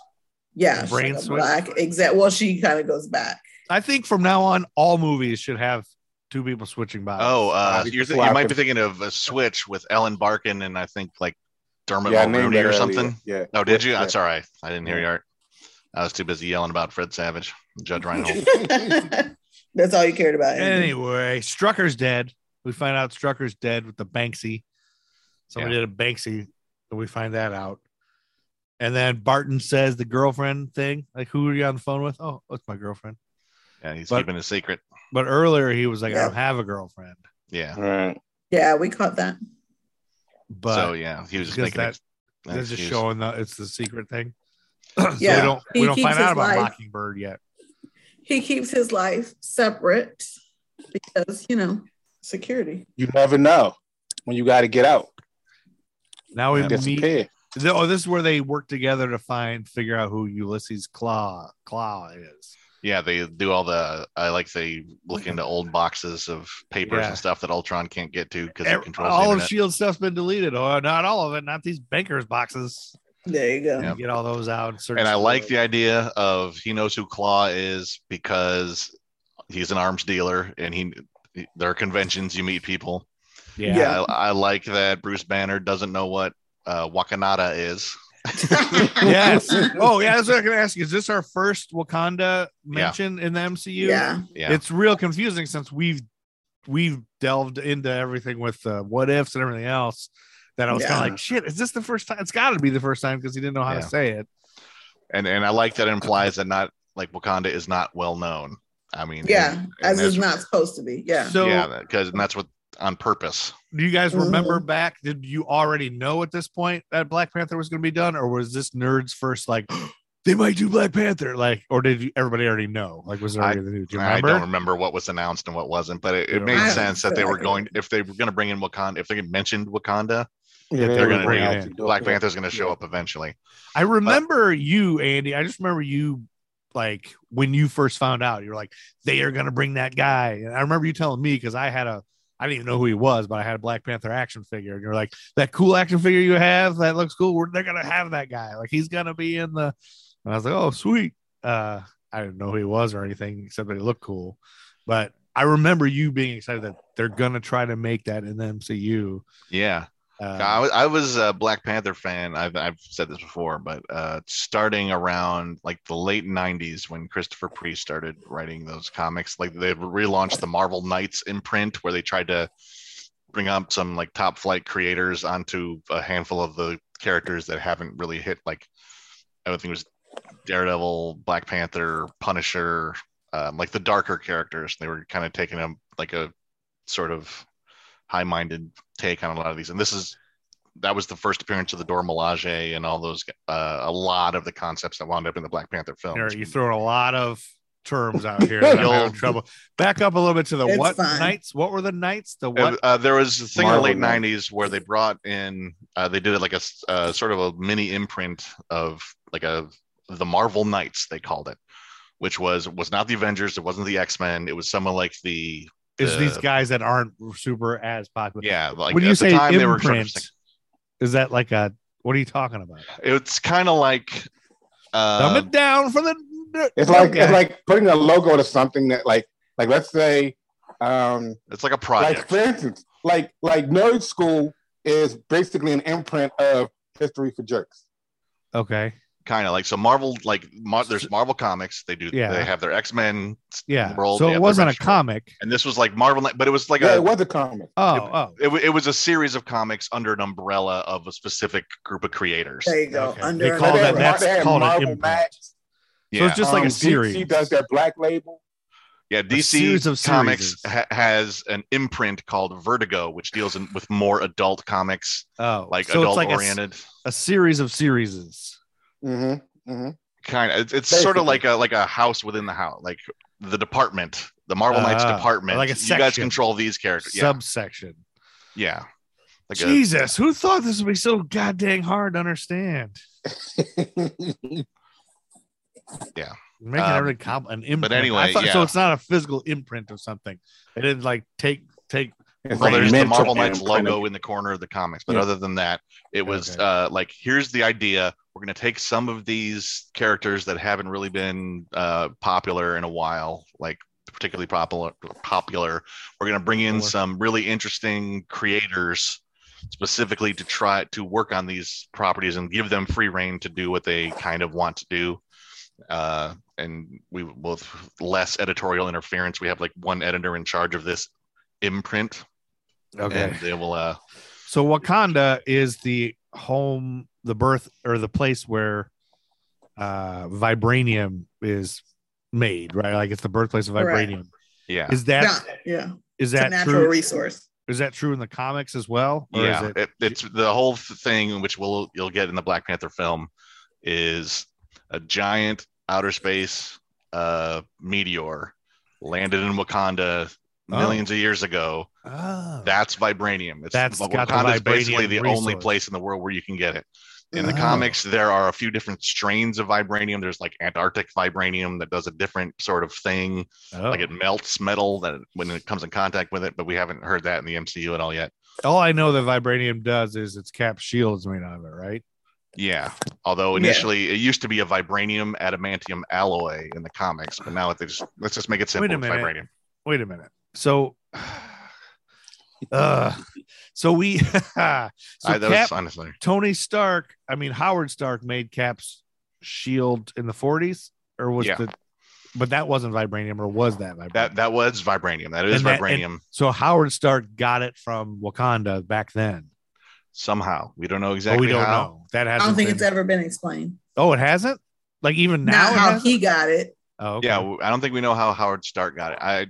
Speaker 10: yeah, she's
Speaker 4: brain
Speaker 10: like a
Speaker 4: switch?
Speaker 10: black. Exact. Well, she kind of goes back.
Speaker 4: I think from now on, all movies should have two people switching bodies.
Speaker 7: Oh, uh,
Speaker 9: Bobby
Speaker 7: you're th- you
Speaker 9: Flacco.
Speaker 7: might be thinking of a switch with Ellen Barkin and I think like Dermot
Speaker 8: Yeah, I
Speaker 7: Mulroney
Speaker 8: named that
Speaker 7: or
Speaker 8: earlier.
Speaker 7: something?
Speaker 8: Yeah.
Speaker 7: Oh, did you?
Speaker 8: Yeah.
Speaker 7: I'm sorry. I didn't hear you. Art. I was too busy yelling about Fred Savage, Judge Reinhold.
Speaker 10: That's all you cared about. Andy.
Speaker 4: Anyway, Strucker's dead. We find out Strucker's dead with the Banksy. Somebody did a Banksy, and we find that out. And then Barton says the girlfriend thing. Like, who are you on the phone with? Oh, it's my girlfriend.
Speaker 7: yeah, he's
Speaker 4: But-
Speaker 7: keeping a secret.
Speaker 4: But earlier he was like, I
Speaker 10: Yeah.
Speaker 4: don't have a girlfriend.
Speaker 7: Yeah.
Speaker 9: Right.
Speaker 10: Yeah, we caught that.
Speaker 4: But
Speaker 7: so yeah, he was just
Speaker 4: because
Speaker 7: making
Speaker 4: that-
Speaker 7: ex- an
Speaker 4: this is
Speaker 7: excuse.
Speaker 4: showing that it's the secret thing. so
Speaker 10: Yeah.
Speaker 4: we don't
Speaker 10: He
Speaker 4: we don't
Speaker 10: keeps
Speaker 4: find out
Speaker 10: his
Speaker 4: about
Speaker 10: life.
Speaker 4: Mockingbird yet.
Speaker 10: He keeps his life separate because, you know, security.
Speaker 9: You never know when you got to get out.
Speaker 4: Now we meet
Speaker 9: Disappear.
Speaker 4: The- oh, this is where they work together to find figure out who Ulysses Claw Claw is.
Speaker 7: Yeah, they do all the. I like they look into old boxes of papers
Speaker 4: Yeah.
Speaker 7: and stuff that Ultron can't get to because
Speaker 4: Ev-
Speaker 7: it controls the
Speaker 4: All of
Speaker 7: internet.
Speaker 4: Shield stuff's been deleted. Oh, not all of it. Not these bankers boxes.
Speaker 10: There you go.
Speaker 7: Yep.
Speaker 4: Get all those out. search
Speaker 7: and I
Speaker 4: for
Speaker 7: like
Speaker 4: it.
Speaker 7: the idea of he knows who Claw is because he's an arms dealer, and he there are conventions you meet people.
Speaker 4: yeah.
Speaker 10: Yeah.
Speaker 7: I, I like that Bruce Banner doesn't know what uh, Wakanada is.
Speaker 4: yes. Oh yeah. That's what I'm gonna ask you. Is this our first Wakanda mention in the MCU?
Speaker 10: Yeah.
Speaker 7: Yeah,
Speaker 4: It's real confusing since we've we've delved into everything with uh, what ifs and everything else. That I was kind
Speaker 10: Yeah.
Speaker 4: of like, shit. Is this the first time? It's got to be the first time because he didn't know how
Speaker 7: Yeah.
Speaker 4: to say it.
Speaker 7: and and I like that it implies that not like Wakanda is not well known. I mean,
Speaker 10: Yeah.
Speaker 7: and- and
Speaker 10: As is
Speaker 7: that's-
Speaker 10: not supposed to be. Yeah.
Speaker 4: So
Speaker 7: yeah, because and that's what on purpose.
Speaker 4: Do you guys remember back? Did you already know at this point that Black Panther was going to be done, or was this nerds first like they might do Black Panther? Like, or did you, everybody already know? Like, was there
Speaker 7: I-
Speaker 4: already the news? Do you
Speaker 7: I
Speaker 4: remember?
Speaker 7: don't remember what was announced and what wasn't, but it,
Speaker 4: You
Speaker 7: it
Speaker 4: don't
Speaker 7: made
Speaker 4: remember.
Speaker 7: sense that they
Speaker 10: Yeah.
Speaker 7: were going if they were going to bring in Wakanda if they mentioned Wakanda,
Speaker 9: Yeah,
Speaker 4: They're
Speaker 9: were bringing
Speaker 7: gonna
Speaker 4: bring it
Speaker 9: out
Speaker 4: in.
Speaker 9: the door.
Speaker 7: Black Panther's going to show up eventually.
Speaker 4: I remember you, Andy. I just remember you, like when you first found out, you're like, they are going to bring that guy. And I remember you telling me because I had a, I didn't even know who he was, but I had a Black Panther action figure, and you're like, that cool action figure you have, that looks cool. We're, they're going to have that guy. Like he's going to be in the. And I was like, oh sweet. Uh, I didn't know who he was or anything except that he looked cool, but I remember you being excited that they're going to try to make that in the MCU.
Speaker 7: Yeah, I,
Speaker 4: Uh,
Speaker 7: was- I was a Black Panther fan. I've, I've said this before, but uh, starting around like the late '90s when Christopher Priest started writing those comics, like they relaunched the Marvel Knights imprint where they tried to bring up some like top flight creators onto a handful of the characters that haven't really hit like I would think it was Daredevil, Black Panther, Punisher, um, like the darker characters. They were kind of taking a like a sort of high-minded take on a lot of these, and this is that was the first appearance of the Dora Milaje and all those uh, a lot of the concepts that wound up in the Black Panther films.
Speaker 4: Eric, you're throwing a lot of terms out here. that I'm having trouble. Back up a little bit to the
Speaker 10: It's
Speaker 4: what
Speaker 10: fine.
Speaker 4: nights? What were the nights? The
Speaker 7: Uh,
Speaker 4: what?
Speaker 7: uh, there was a thing
Speaker 9: Marvel
Speaker 7: in the late
Speaker 9: Knight.
Speaker 7: '90s where they brought in, uh, they did it like a s- uh, sort of a mini imprint of like a the Marvel Knights they called it, which was was not the Avengers, it wasn't the X Men, it was someone like the
Speaker 4: Is these
Speaker 7: uh,
Speaker 4: guys that aren't super as popular?
Speaker 7: yeah like
Speaker 4: when
Speaker 7: at
Speaker 4: you
Speaker 7: the
Speaker 4: say
Speaker 7: time they were sort of
Speaker 4: imprint, is that like a? What are you talking about?
Speaker 7: it's kind of like
Speaker 4: Dumb
Speaker 7: uh,
Speaker 4: it down for the.
Speaker 9: It's like
Speaker 4: Okay.
Speaker 9: it's like putting a logo to something that like like let's say um
Speaker 7: it's like a
Speaker 9: like
Speaker 7: project.
Speaker 9: for instance like like nerd school is basically an imprint of history for jerks.
Speaker 4: okay.
Speaker 7: kind of like so marvel like Mar- there's marvel comics they do
Speaker 4: Yeah.
Speaker 7: they have their x-men
Speaker 4: Yeah.
Speaker 7: World,
Speaker 4: so
Speaker 7: yeah,
Speaker 4: it
Speaker 7: the
Speaker 4: wasn't a
Speaker 7: rest of it.
Speaker 4: comic.
Speaker 7: and this was like marvel but it was like
Speaker 9: yeah,
Speaker 7: a
Speaker 9: it was a comic.
Speaker 4: Oh,
Speaker 7: It-
Speaker 4: oh.
Speaker 7: it, wa- it was a series of comics under an umbrella of a specific group of creators
Speaker 10: There you go.
Speaker 4: Okay.
Speaker 10: Under
Speaker 4: They call
Speaker 9: They had
Speaker 4: that
Speaker 10: umbrella.
Speaker 9: Mar-
Speaker 4: that's
Speaker 9: they had
Speaker 4: called an
Speaker 9: Marvel
Speaker 4: imprint.
Speaker 9: Max,
Speaker 4: So
Speaker 7: yeah
Speaker 4: it's just like
Speaker 9: um,
Speaker 4: a series.
Speaker 9: DC does their black label.
Speaker 7: yeah dc
Speaker 4: series of
Speaker 7: comics
Speaker 4: series.
Speaker 7: ha- has an imprint called vertigo which deals in, with more adult comics
Speaker 4: oh,
Speaker 7: like
Speaker 4: so it's
Speaker 7: adult
Speaker 4: like a s-
Speaker 7: oriented
Speaker 4: A, series of series.
Speaker 9: Mm-hmm, mm-hmm.
Speaker 7: kind of it's, it's sort of
Speaker 9: Basically.
Speaker 7: like a like a house within the house like the department the marvel knights
Speaker 4: Ah,
Speaker 7: department
Speaker 4: like a
Speaker 7: you guys
Speaker 4: section.
Speaker 7: control these characters yeah
Speaker 4: Subsection.
Speaker 7: yeah like a-
Speaker 4: Jesus, who thought this would be so goddamn hard to understand?
Speaker 7: Yeah.
Speaker 4: Making
Speaker 7: Um,
Speaker 4: everything comp- an imprint.
Speaker 7: anyway,
Speaker 4: I thought- so
Speaker 7: yeah.
Speaker 4: it's not a physical imprint of something. They didn't like take take.
Speaker 9: It's
Speaker 7: Well,
Speaker 9: like
Speaker 7: there's the
Speaker 9: mental
Speaker 7: Marvel Knights
Speaker 9: imprint of-
Speaker 7: logo in the corner of the comics, but
Speaker 9: Yeah.
Speaker 7: other than that, it was
Speaker 4: Okay.
Speaker 7: uh, like here's the idea: we're going to take some of these characters that haven't really been uh, popular in a while, like particularly popular. Popular, we're going to bring in
Speaker 4: Popular.
Speaker 7: some really interesting creators specifically to try to work on these properties and give them free reign to do what they kind of want to do. Uh, and we with less editorial interference, we have like one editor in charge of this imprint.
Speaker 4: Okay.
Speaker 7: And they will uh
Speaker 4: So Wakanda is the home, the birth or the place where uh vibranium is made, right? Like it's the birthplace of
Speaker 10: Correct.
Speaker 4: vibranium.
Speaker 7: yeah.
Speaker 4: Is that is
Speaker 10: yeah, yeah.
Speaker 4: that
Speaker 10: it's a natural
Speaker 4: true?
Speaker 10: resource.
Speaker 4: Is that true in the comics as well? Or
Speaker 7: yeah,
Speaker 4: is
Speaker 7: it, it's the whole thing, which will you'll get in the Black Panther film, is a giant outer space uh, meteor landed in Wakanda
Speaker 4: Oh.
Speaker 7: millions of years ago.
Speaker 4: Oh.
Speaker 7: That's vibranium. It's
Speaker 4: That's got the
Speaker 7: Wakanda is basically
Speaker 4: vibranium
Speaker 7: the only
Speaker 4: resource.
Speaker 7: place in the world where you can get it. In the
Speaker 4: Oh.
Speaker 7: comics, there are a few different strains of vibranium. There's like Antarctic vibranium that does a different sort of thing.
Speaker 4: Oh.
Speaker 7: Like it melts metal that when it comes in contact with it, but we haven't heard that in the MCU at all yet.
Speaker 4: All I know that vibranium does is its cap shields made out of it, right?
Speaker 7: Yeah. Although
Speaker 10: Yeah.
Speaker 7: initially it used to be a vibranium adamantium alloy in the comics, but now they just let's just make it simple.
Speaker 4: Wait a
Speaker 7: it's
Speaker 4: minute.
Speaker 7: Vibranium.
Speaker 4: Wait a minute. So, uh, so we, so
Speaker 7: I, that
Speaker 4: Cap,
Speaker 7: was honestly.
Speaker 4: Tony Stark. I mean Howard Stark made Cap's shield in the forties, or was
Speaker 7: Yeah.
Speaker 4: the, but that wasn't vibranium, or was that vibranium?
Speaker 7: That that was vibranium. That is
Speaker 4: And that-
Speaker 7: vibranium
Speaker 4: and- so Howard Stark got it from Wakanda back then.
Speaker 7: somehow. We don't know
Speaker 4: But
Speaker 7: exactly
Speaker 4: we don't
Speaker 7: how.
Speaker 4: know. That
Speaker 10: I
Speaker 4: hasn't.
Speaker 10: don't think
Speaker 4: been-
Speaker 10: it's ever been explained.
Speaker 4: Oh, it hasn't. Like even now.
Speaker 10: Not
Speaker 4: it
Speaker 10: how
Speaker 4: hasn't?
Speaker 10: he got it.
Speaker 4: oh, okay.
Speaker 7: Yeah, w- I don't think we know how Howard Stark got it. I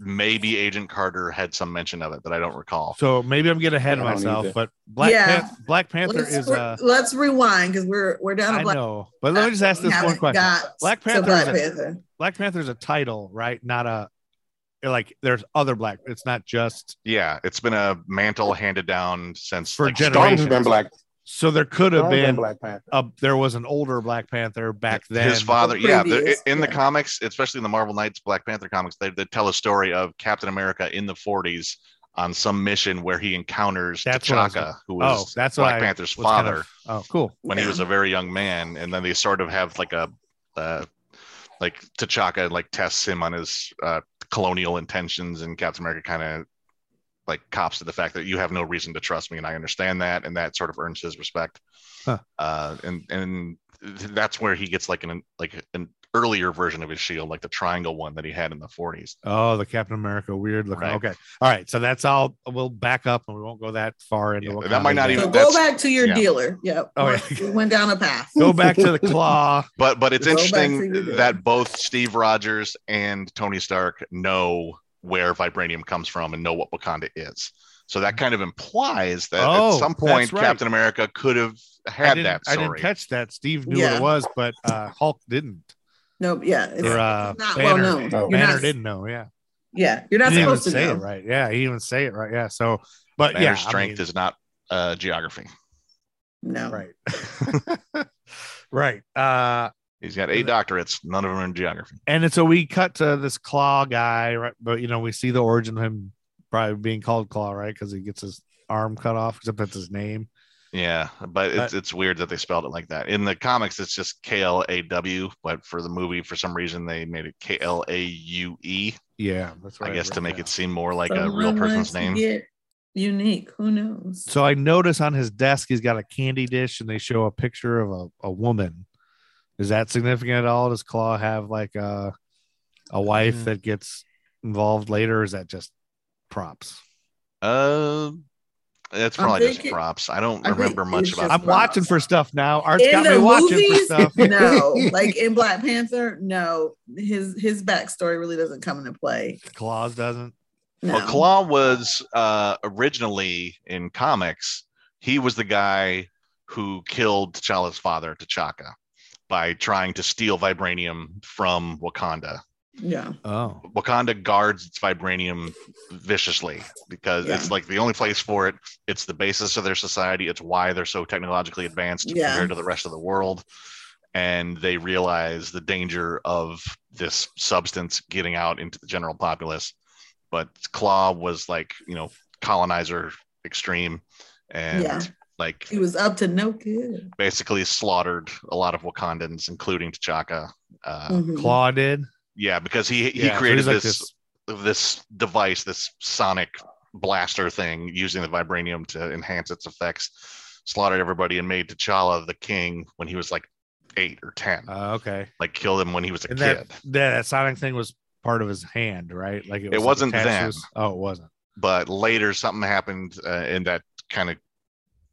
Speaker 7: maybe Agent Carter had some mention of it, but I don't recall.
Speaker 4: So maybe I'm getting ahead of
Speaker 9: I don't
Speaker 4: myself,
Speaker 9: either.
Speaker 4: but Black
Speaker 10: Yeah.
Speaker 4: Pan- Black Panther
Speaker 10: let's,
Speaker 4: is
Speaker 10: re-
Speaker 4: uh
Speaker 10: let's rewind because we're we're down
Speaker 4: I
Speaker 10: to Black
Speaker 4: know, but let me just ask
Speaker 10: We
Speaker 4: this one
Speaker 10: haven't
Speaker 4: question:
Speaker 10: got
Speaker 4: Black
Speaker 10: to
Speaker 4: Panther is
Speaker 10: Black
Speaker 4: a-
Speaker 10: Panther.
Speaker 4: Black Panther's a title, right? Not a eh, like. There's other black. It's not just
Speaker 7: Yeah, it's been a mantle handed down since
Speaker 4: For
Speaker 7: like,
Speaker 4: gener-
Speaker 9: Storm's been black.
Speaker 4: so there could have
Speaker 9: Storm's been
Speaker 4: been
Speaker 9: Black Panther.
Speaker 4: a there was an older Black Panther back then.
Speaker 7: his father yeah the-
Speaker 10: Previous,
Speaker 7: in the
Speaker 10: yeah.
Speaker 7: comics especially in the marvel knights black panther comics they, they tell a story of captain america in the 40s on some mission where he encounters
Speaker 4: That's what I was
Speaker 7: T'Chaka, who
Speaker 4: Oh,
Speaker 7: was
Speaker 4: that's what
Speaker 7: Black
Speaker 4: I
Speaker 7: Panther's
Speaker 4: was kind
Speaker 7: father
Speaker 4: of- oh, cool.
Speaker 7: when he
Speaker 10: Yeah.
Speaker 7: was a very young man, and then they sort of have like a, uh, like T'Chaka like tests him on his uh, colonial intentions, and Captain America kind of like cops to the fact that you have no reason to trust me, and I understand that, and that sort of earns his respect.
Speaker 4: Huh.
Speaker 7: Uh, and and that's where he gets like an like an earlier version of his shield, like the triangle one that he had in the 40s.
Speaker 4: Oh, the Captain America weird looking.
Speaker 7: Right.
Speaker 4: Okay, all right. So that's all. We'll back up, and we won't go that far into.
Speaker 7: Yeah,
Speaker 4: Wakanda
Speaker 7: that might not
Speaker 4: yet.
Speaker 7: even-
Speaker 10: So
Speaker 7: that's-
Speaker 10: go back to your
Speaker 7: yeah.
Speaker 10: dealer. Yep.
Speaker 4: Oh,
Speaker 10: We're-
Speaker 4: yeah.
Speaker 10: We went down a path.
Speaker 4: go back to the claw.
Speaker 7: But but it's
Speaker 10: Go back to your
Speaker 7: interesting
Speaker 10: day.
Speaker 7: that both Steve Rogers and Tony Stark know where vibranium comes from and know what Wakanda is. So that kind of implies that
Speaker 4: Oh,
Speaker 7: at some
Speaker 4: that's
Speaker 7: point
Speaker 4: right.
Speaker 7: Captain America could have
Speaker 4: I
Speaker 7: had
Speaker 4: didn't,
Speaker 7: that
Speaker 4: I didn't
Speaker 7: story.
Speaker 4: catch that. Steve knew what
Speaker 10: Yeah.
Speaker 4: it was, but uh, Hulk didn't.
Speaker 10: Nope. Yeah. It's
Speaker 4: Or, uh,
Speaker 10: not
Speaker 4: Banner.
Speaker 10: well known.
Speaker 9: No.
Speaker 10: You're
Speaker 4: Banner
Speaker 10: not,
Speaker 4: didn't know. Yeah.
Speaker 10: yeah. You're not
Speaker 4: he didn't even
Speaker 10: supposed to
Speaker 4: say
Speaker 10: know.
Speaker 4: it right. Yeah, he didn't even say it right. Yeah. So, but
Speaker 7: Banner's
Speaker 4: yeah,
Speaker 7: strength is not uh, geography.
Speaker 10: No.
Speaker 4: right. right. Uh,
Speaker 7: He's got eight doctorates, none of them in geography.
Speaker 4: and then so we cut to this claw guy, right? But you know, we see the origin of him probably being called claw, right? Because he gets his arm cut off, except that's his name.
Speaker 7: Yeah, but it's
Speaker 4: Uh,
Speaker 7: it's weird that they spelled it like that. In the comics, it's just K L A W, but for the movie, for some reason, they made it K L A U E.
Speaker 4: Yeah, that's
Speaker 7: I
Speaker 4: right.
Speaker 7: guess to make it seem more like a
Speaker 10: Someone
Speaker 7: real
Speaker 10: wants
Speaker 7: person's
Speaker 10: to
Speaker 7: name.
Speaker 10: get Unique. Who knows?
Speaker 4: So I notice on his desk he's got a candy dish, and they show a picture of a, a woman. Is that significant at all? Does Claw have like a a wife
Speaker 3: Mm.
Speaker 4: that gets involved later? Or is that just props?
Speaker 7: Uh, that's
Speaker 10: I'm
Speaker 7: probably just
Speaker 10: thinking-
Speaker 7: props. I don't
Speaker 10: I think
Speaker 7: remember much
Speaker 10: it's
Speaker 7: about.
Speaker 4: I'm
Speaker 10: just-
Speaker 4: watching for stuff now. Art's
Speaker 10: in
Speaker 4: got
Speaker 10: the
Speaker 4: me watching for
Speaker 10: movies,
Speaker 4: stuff.
Speaker 10: no. Like in Black Panther, no. His his backstory really doesn't come into play.
Speaker 4: Claws doesn't.
Speaker 10: No.
Speaker 7: Well, Claw was uh, originally in comics. He was the guy who killed T'Challa's father, T'Chaka, by trying to steal vibranium from Wakanda.
Speaker 10: yeah.
Speaker 4: Oh,
Speaker 7: Wakanda guards its vibranium viciously because it's like the only place for it. It's the basis of their society. It's why they're so technologically advanced
Speaker 10: Yeah.
Speaker 7: compared to the rest of the world. And they realize the danger of this substance getting out into the general populace. But Claw was like, you know, colonizer extreme and
Speaker 10: Yeah.
Speaker 7: like
Speaker 10: He was up to no good.
Speaker 7: basically slaughtered a lot of Wakandans, including T'Chaka. Uh,
Speaker 10: Mhm.
Speaker 4: Claw did.
Speaker 7: Yeah, because he, he
Speaker 4: Yeah, so
Speaker 7: created
Speaker 4: he's like
Speaker 7: this this device, this sonic blaster thing using the vibranium to enhance its effects, slaughtered everybody and made T'Challa the king when he was like eight or ten.
Speaker 4: Uh, okay.
Speaker 7: Like killed him when he was a
Speaker 4: And
Speaker 7: kid.
Speaker 4: that, that that sonic thing was part of his hand, right? Like
Speaker 7: It wasn't
Speaker 4: attached to
Speaker 7: then.
Speaker 4: his- Oh, it wasn't.
Speaker 7: but later something happened uh, and that kind of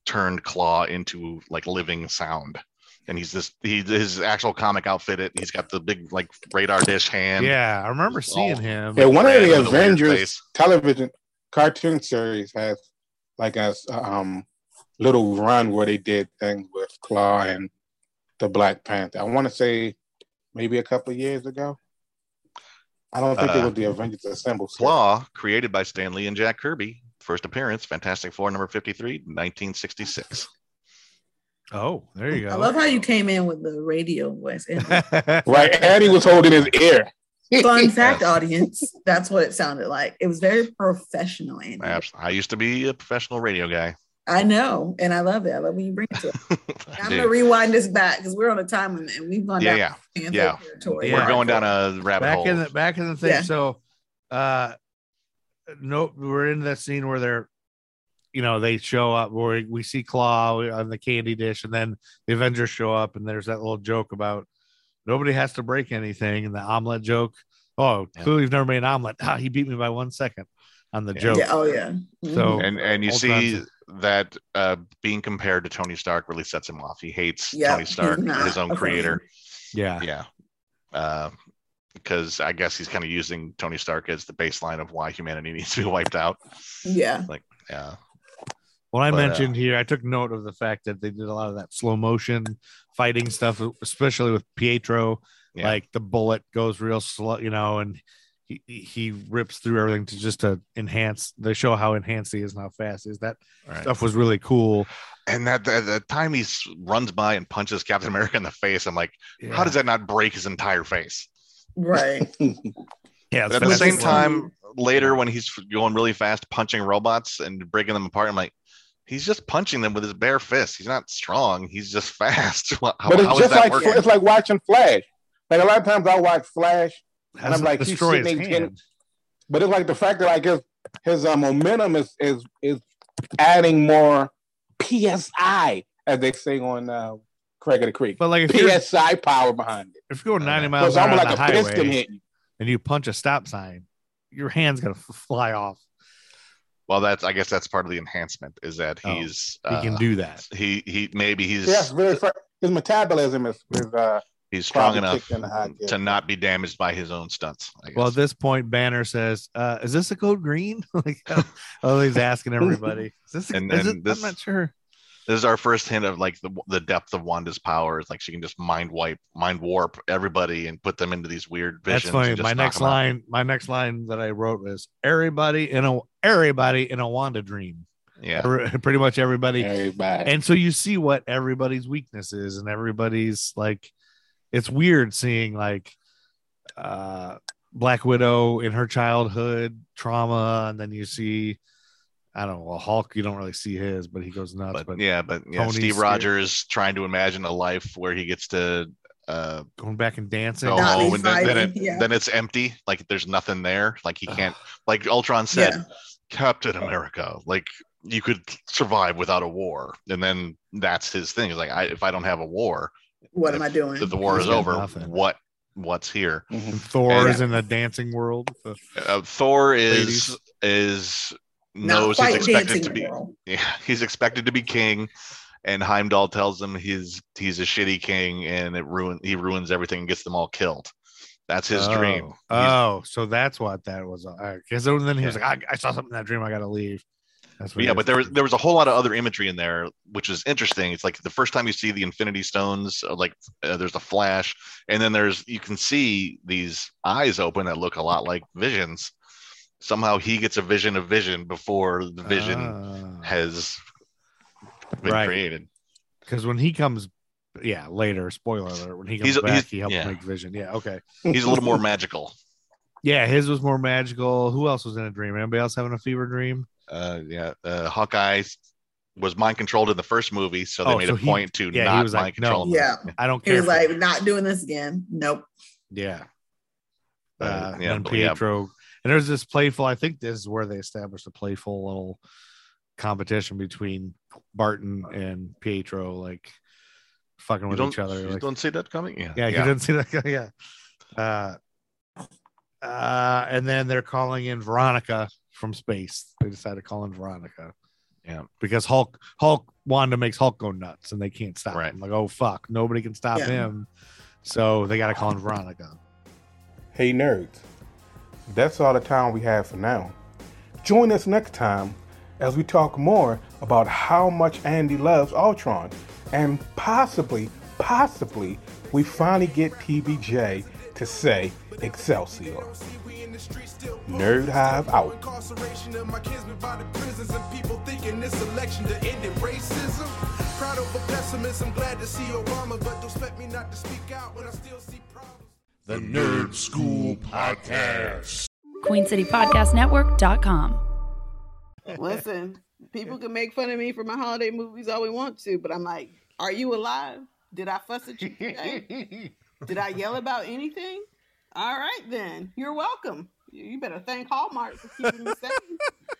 Speaker 7: turned claw into like living sound and he's this he his actual comic outfit it he's got the big like radar dish hand
Speaker 4: yeah, I remember seeing him.
Speaker 9: Yeah, one of
Speaker 7: Red
Speaker 9: the
Speaker 7: with a weird
Speaker 9: Avengers
Speaker 7: face.
Speaker 9: television cartoon series has like a s- um, little run where they did things with Claw and the Black Panther. I want to say maybe a couple of years ago. I don't think it
Speaker 7: Uh,
Speaker 9: was the Avengers Assemble. series.
Speaker 7: claw created by stan lee and jack kirby first appearance fantastic four number 53 1966
Speaker 4: oh there you
Speaker 10: I love how you came in with the radio voice. And
Speaker 9: Right, Eddie was holding his ear.
Speaker 10: fun fact,
Speaker 7: Yes.
Speaker 10: audience, that's what it sounded like. It was very professional, Andy.
Speaker 7: Abs- i used to be a professional radio guy
Speaker 10: I know, and I love it. I love when you bring it to us.
Speaker 7: I
Speaker 10: I'm
Speaker 7: do.
Speaker 10: gonna rewind this back because we're on a time limit and we've gone
Speaker 7: yeah
Speaker 10: down
Speaker 7: yeah
Speaker 10: Panther
Speaker 7: yeah.
Speaker 10: territory.
Speaker 7: we're
Speaker 4: Yeah.
Speaker 7: going down a rabbit
Speaker 4: back
Speaker 7: hole
Speaker 4: in the back in the thing.
Speaker 10: Yeah.
Speaker 4: So, uh, no, we're in that scene where they're, you know, they show up where we see Claw on the candy dish, and then the Avengers show up, and there's that little joke about nobody has to break anything, and the omelet joke. Oh,
Speaker 7: Yeah.
Speaker 4: clearly you've never made an omelet. Ah, he beat me by one second on the
Speaker 7: Yeah.
Speaker 4: joke.
Speaker 10: Yeah, oh yeah.
Speaker 4: So-
Speaker 7: and and you
Speaker 4: All
Speaker 7: see
Speaker 4: kinds
Speaker 7: that uh, being compared to Tony Stark really sets him off. He hates
Speaker 10: Yeah,
Speaker 7: Tony
Speaker 10: he's
Speaker 7: Stark,
Speaker 10: not
Speaker 7: his own
Speaker 10: a fan.
Speaker 7: creator.
Speaker 4: Yeah.
Speaker 7: Yeah, Uh, because I guess he's kind of using Tony Stark as the baseline of why humanity needs to be wiped out.
Speaker 10: Mm-hmm. yeah.
Speaker 7: Yeah,
Speaker 4: Well, I
Speaker 7: But, uh,
Speaker 4: mentioned here, I took note of the fact that they did a lot of that slow motion fighting stuff, especially with Pietro.
Speaker 7: Yeah.
Speaker 4: Like the bullet goes real slow, you know, and he, he rips through everything to just to enhance. They show how enhanced he is and how fast he is. That
Speaker 7: Right.
Speaker 4: stuff was really cool.
Speaker 7: and that the, the time he s- runs by and punches Captain America in the face, I'm like, how does that not break his entire face?
Speaker 10: Right.
Speaker 4: Yeah,
Speaker 7: At the
Speaker 10: fast
Speaker 7: same
Speaker 10: as
Speaker 7: time, later when he's going really fast, punching robots and breaking them apart, I'm like. He's just punching them with his bare fist. He's not strong. He's just fast. How,
Speaker 9: but
Speaker 7: how
Speaker 9: it's
Speaker 7: is
Speaker 9: just
Speaker 7: that
Speaker 9: like
Speaker 7: working?
Speaker 9: it's like watching Flash. Like a lot of times I watch Flash,
Speaker 4: and
Speaker 9: I'm like, he's
Speaker 4: destroy his
Speaker 9: sitting there getting-
Speaker 4: hand.
Speaker 9: but it's like the fact that like his his uh, momentum is is is adding more psi as they say on uh, Craig of the Creek.
Speaker 4: But like if you're, if
Speaker 9: psi power behind it.
Speaker 4: you're going 90
Speaker 9: So
Speaker 4: miles
Speaker 9: it's
Speaker 4: an hour on
Speaker 9: almost like
Speaker 4: the
Speaker 9: a piston
Speaker 4: highway
Speaker 9: hitting.
Speaker 4: and you punch a stop sign, your hand's gonna f- fly off.
Speaker 7: Well, that's I guess that's part of the enhancement is that
Speaker 4: Oh,
Speaker 7: he's
Speaker 4: He
Speaker 7: uh,
Speaker 4: can do that.
Speaker 7: he he maybe he's
Speaker 9: Yes, very. fir- His metabolism is, is uh,
Speaker 7: he's strong
Speaker 9: probably
Speaker 7: enough
Speaker 9: kicked in the high gear.
Speaker 7: to not be damaged by his own stunts. I guess.
Speaker 4: Well, at this point, Banner says, uh, "Is this a code green?" like, oh, he's asking everybody. Is this?
Speaker 7: And
Speaker 4: is
Speaker 7: then
Speaker 4: it-
Speaker 7: this-
Speaker 4: I'm not sure.
Speaker 7: this is our first hint of like the the depth of Wanda's powers. Like she can just mind wipe, mind warp everybody and put them into these weird visions.
Speaker 4: That's funny.
Speaker 7: and just
Speaker 4: My
Speaker 7: knock
Speaker 4: next
Speaker 7: 'em out.
Speaker 4: line, my next line that I wrote was, "Everybody in a everybody in a Wanda dream."
Speaker 7: Yeah,
Speaker 4: Every- pretty much everybody.
Speaker 9: Everybody.
Speaker 4: And so you see what everybody's weakness is, and everybody's like, it's weird seeing like uh, Black Widow in her childhood trauma, and then you see, I don't know, well, Hulk. You don't really see his, but he goes nuts.
Speaker 7: but,
Speaker 4: But,
Speaker 7: yeah, but yeah,
Speaker 4: Tony's
Speaker 7: Steve
Speaker 4: scared.
Speaker 7: Rogers trying to imagine a life where he gets to uh,
Speaker 4: going back and dancing.
Speaker 7: go
Speaker 10: Not be
Speaker 7: home and then, then, it,
Speaker 10: fighting, yeah.
Speaker 7: then it's empty. Like there's nothing there. Like he can't. like Ultron said,
Speaker 10: Yeah.
Speaker 7: Captain America. Like you could survive without a war, and then that's his thing. He's like, I, if I don't have a war,
Speaker 10: What am I doing?
Speaker 7: if the war is
Speaker 4: got
Speaker 7: over,
Speaker 4: nothing.
Speaker 7: what what's here?
Speaker 4: And Thor
Speaker 7: Yeah.
Speaker 4: is in the dancing world. So-
Speaker 7: Uh, Thor is
Speaker 4: Ladies.
Speaker 7: is
Speaker 10: Not
Speaker 7: knows he's
Speaker 10: quite
Speaker 7: expected
Speaker 10: dancing
Speaker 7: to be
Speaker 10: girl.
Speaker 7: yeah, he's expected to be king. And Heimdall tells him he's he's a shitty king, and it ruin he ruins everything and gets them all killed. That's his
Speaker 4: oh.
Speaker 7: dream. He's-
Speaker 4: Oh, so that's what that was. uh, Because then he was
Speaker 7: Yeah.
Speaker 4: like, I, I saw something in that dream. I got to leave. That's what
Speaker 7: yeah,
Speaker 4: he
Speaker 7: but there was there was a whole lot of other imagery in there, which is interesting. It's like the first time you see the Infinity Stones, uh, like uh, there's a flash, and then there's you can see these eyes open that look a lot like visions. Somehow he gets a vision of vision before the vision
Speaker 4: Because
Speaker 7: has been
Speaker 4: Ah. Right.
Speaker 7: created.
Speaker 4: when he comes, yeah, later, spoiler alert, when he comes
Speaker 7: He's-
Speaker 4: back,
Speaker 7: he's-
Speaker 4: he helps
Speaker 7: yeah.
Speaker 4: make vision. Yeah, okay.
Speaker 7: He's a little more magical.
Speaker 4: Yeah, his was more magical. Who else was in a dream? Anybody else having a fever dream?
Speaker 7: Uh, yeah, uh, Hawkeye was mind controlled in the first movie, so they
Speaker 4: Oh,
Speaker 7: made
Speaker 4: so
Speaker 7: a
Speaker 4: he-
Speaker 7: point to
Speaker 4: yeah, he
Speaker 7: not mind
Speaker 4: was like, no.
Speaker 7: control. him.
Speaker 10: Yeah.
Speaker 4: I don't
Speaker 10: He
Speaker 4: care.
Speaker 10: was
Speaker 4: for
Speaker 10: like,
Speaker 4: that.
Speaker 10: not doing this again. Nope.
Speaker 4: yeah.
Speaker 7: Uh,
Speaker 4: Uh,
Speaker 7: yeah,
Speaker 4: and
Speaker 7: but yeah.
Speaker 4: Pietro. And there's this playful, I think this is where they established a playful little competition between Barton and Pietro, like fucking
Speaker 7: You
Speaker 4: with
Speaker 7: don't-
Speaker 4: each other.
Speaker 7: you
Speaker 4: like-
Speaker 7: don't see that coming? Yeah.
Speaker 4: Yeah, you
Speaker 7: Yeah.
Speaker 4: didn't see that. yeah. Uh, uh, and then they're calling in Veronica from space. They decided to call in Veronica.
Speaker 7: Yeah.
Speaker 4: Because Hulk, Hulk, Wanda makes Hulk go nuts and they can't stop him. Like, oh, fuck, nobody can stop
Speaker 8: Yeah.
Speaker 4: him. So they got to call in Veronica.
Speaker 8: Hey, nerds. That's all the time we have for now. Join us next time as we talk more about how much Andy loves Ultron and possibly, possibly, we finally get TBJ to say Excelsior. Nerd Hive out.
Speaker 9: incarceration of my kinsmen by the prisons and people thinking this election to end in racism. Proud of a pessimist, I'm glad to see Obama, but don't expect me not to speak out when I still see
Speaker 2: The Nerd School Podcast.
Speaker 11: QueenCityPodcastNetwork.com.
Speaker 10: Listen, people can make fun of me for my holiday movies all we want to, but I'm like, are you alive? Did I fuss at you today? Did I yell about anything? All right, then. You're welcome. You you better thank Hallmark for keeping me safe.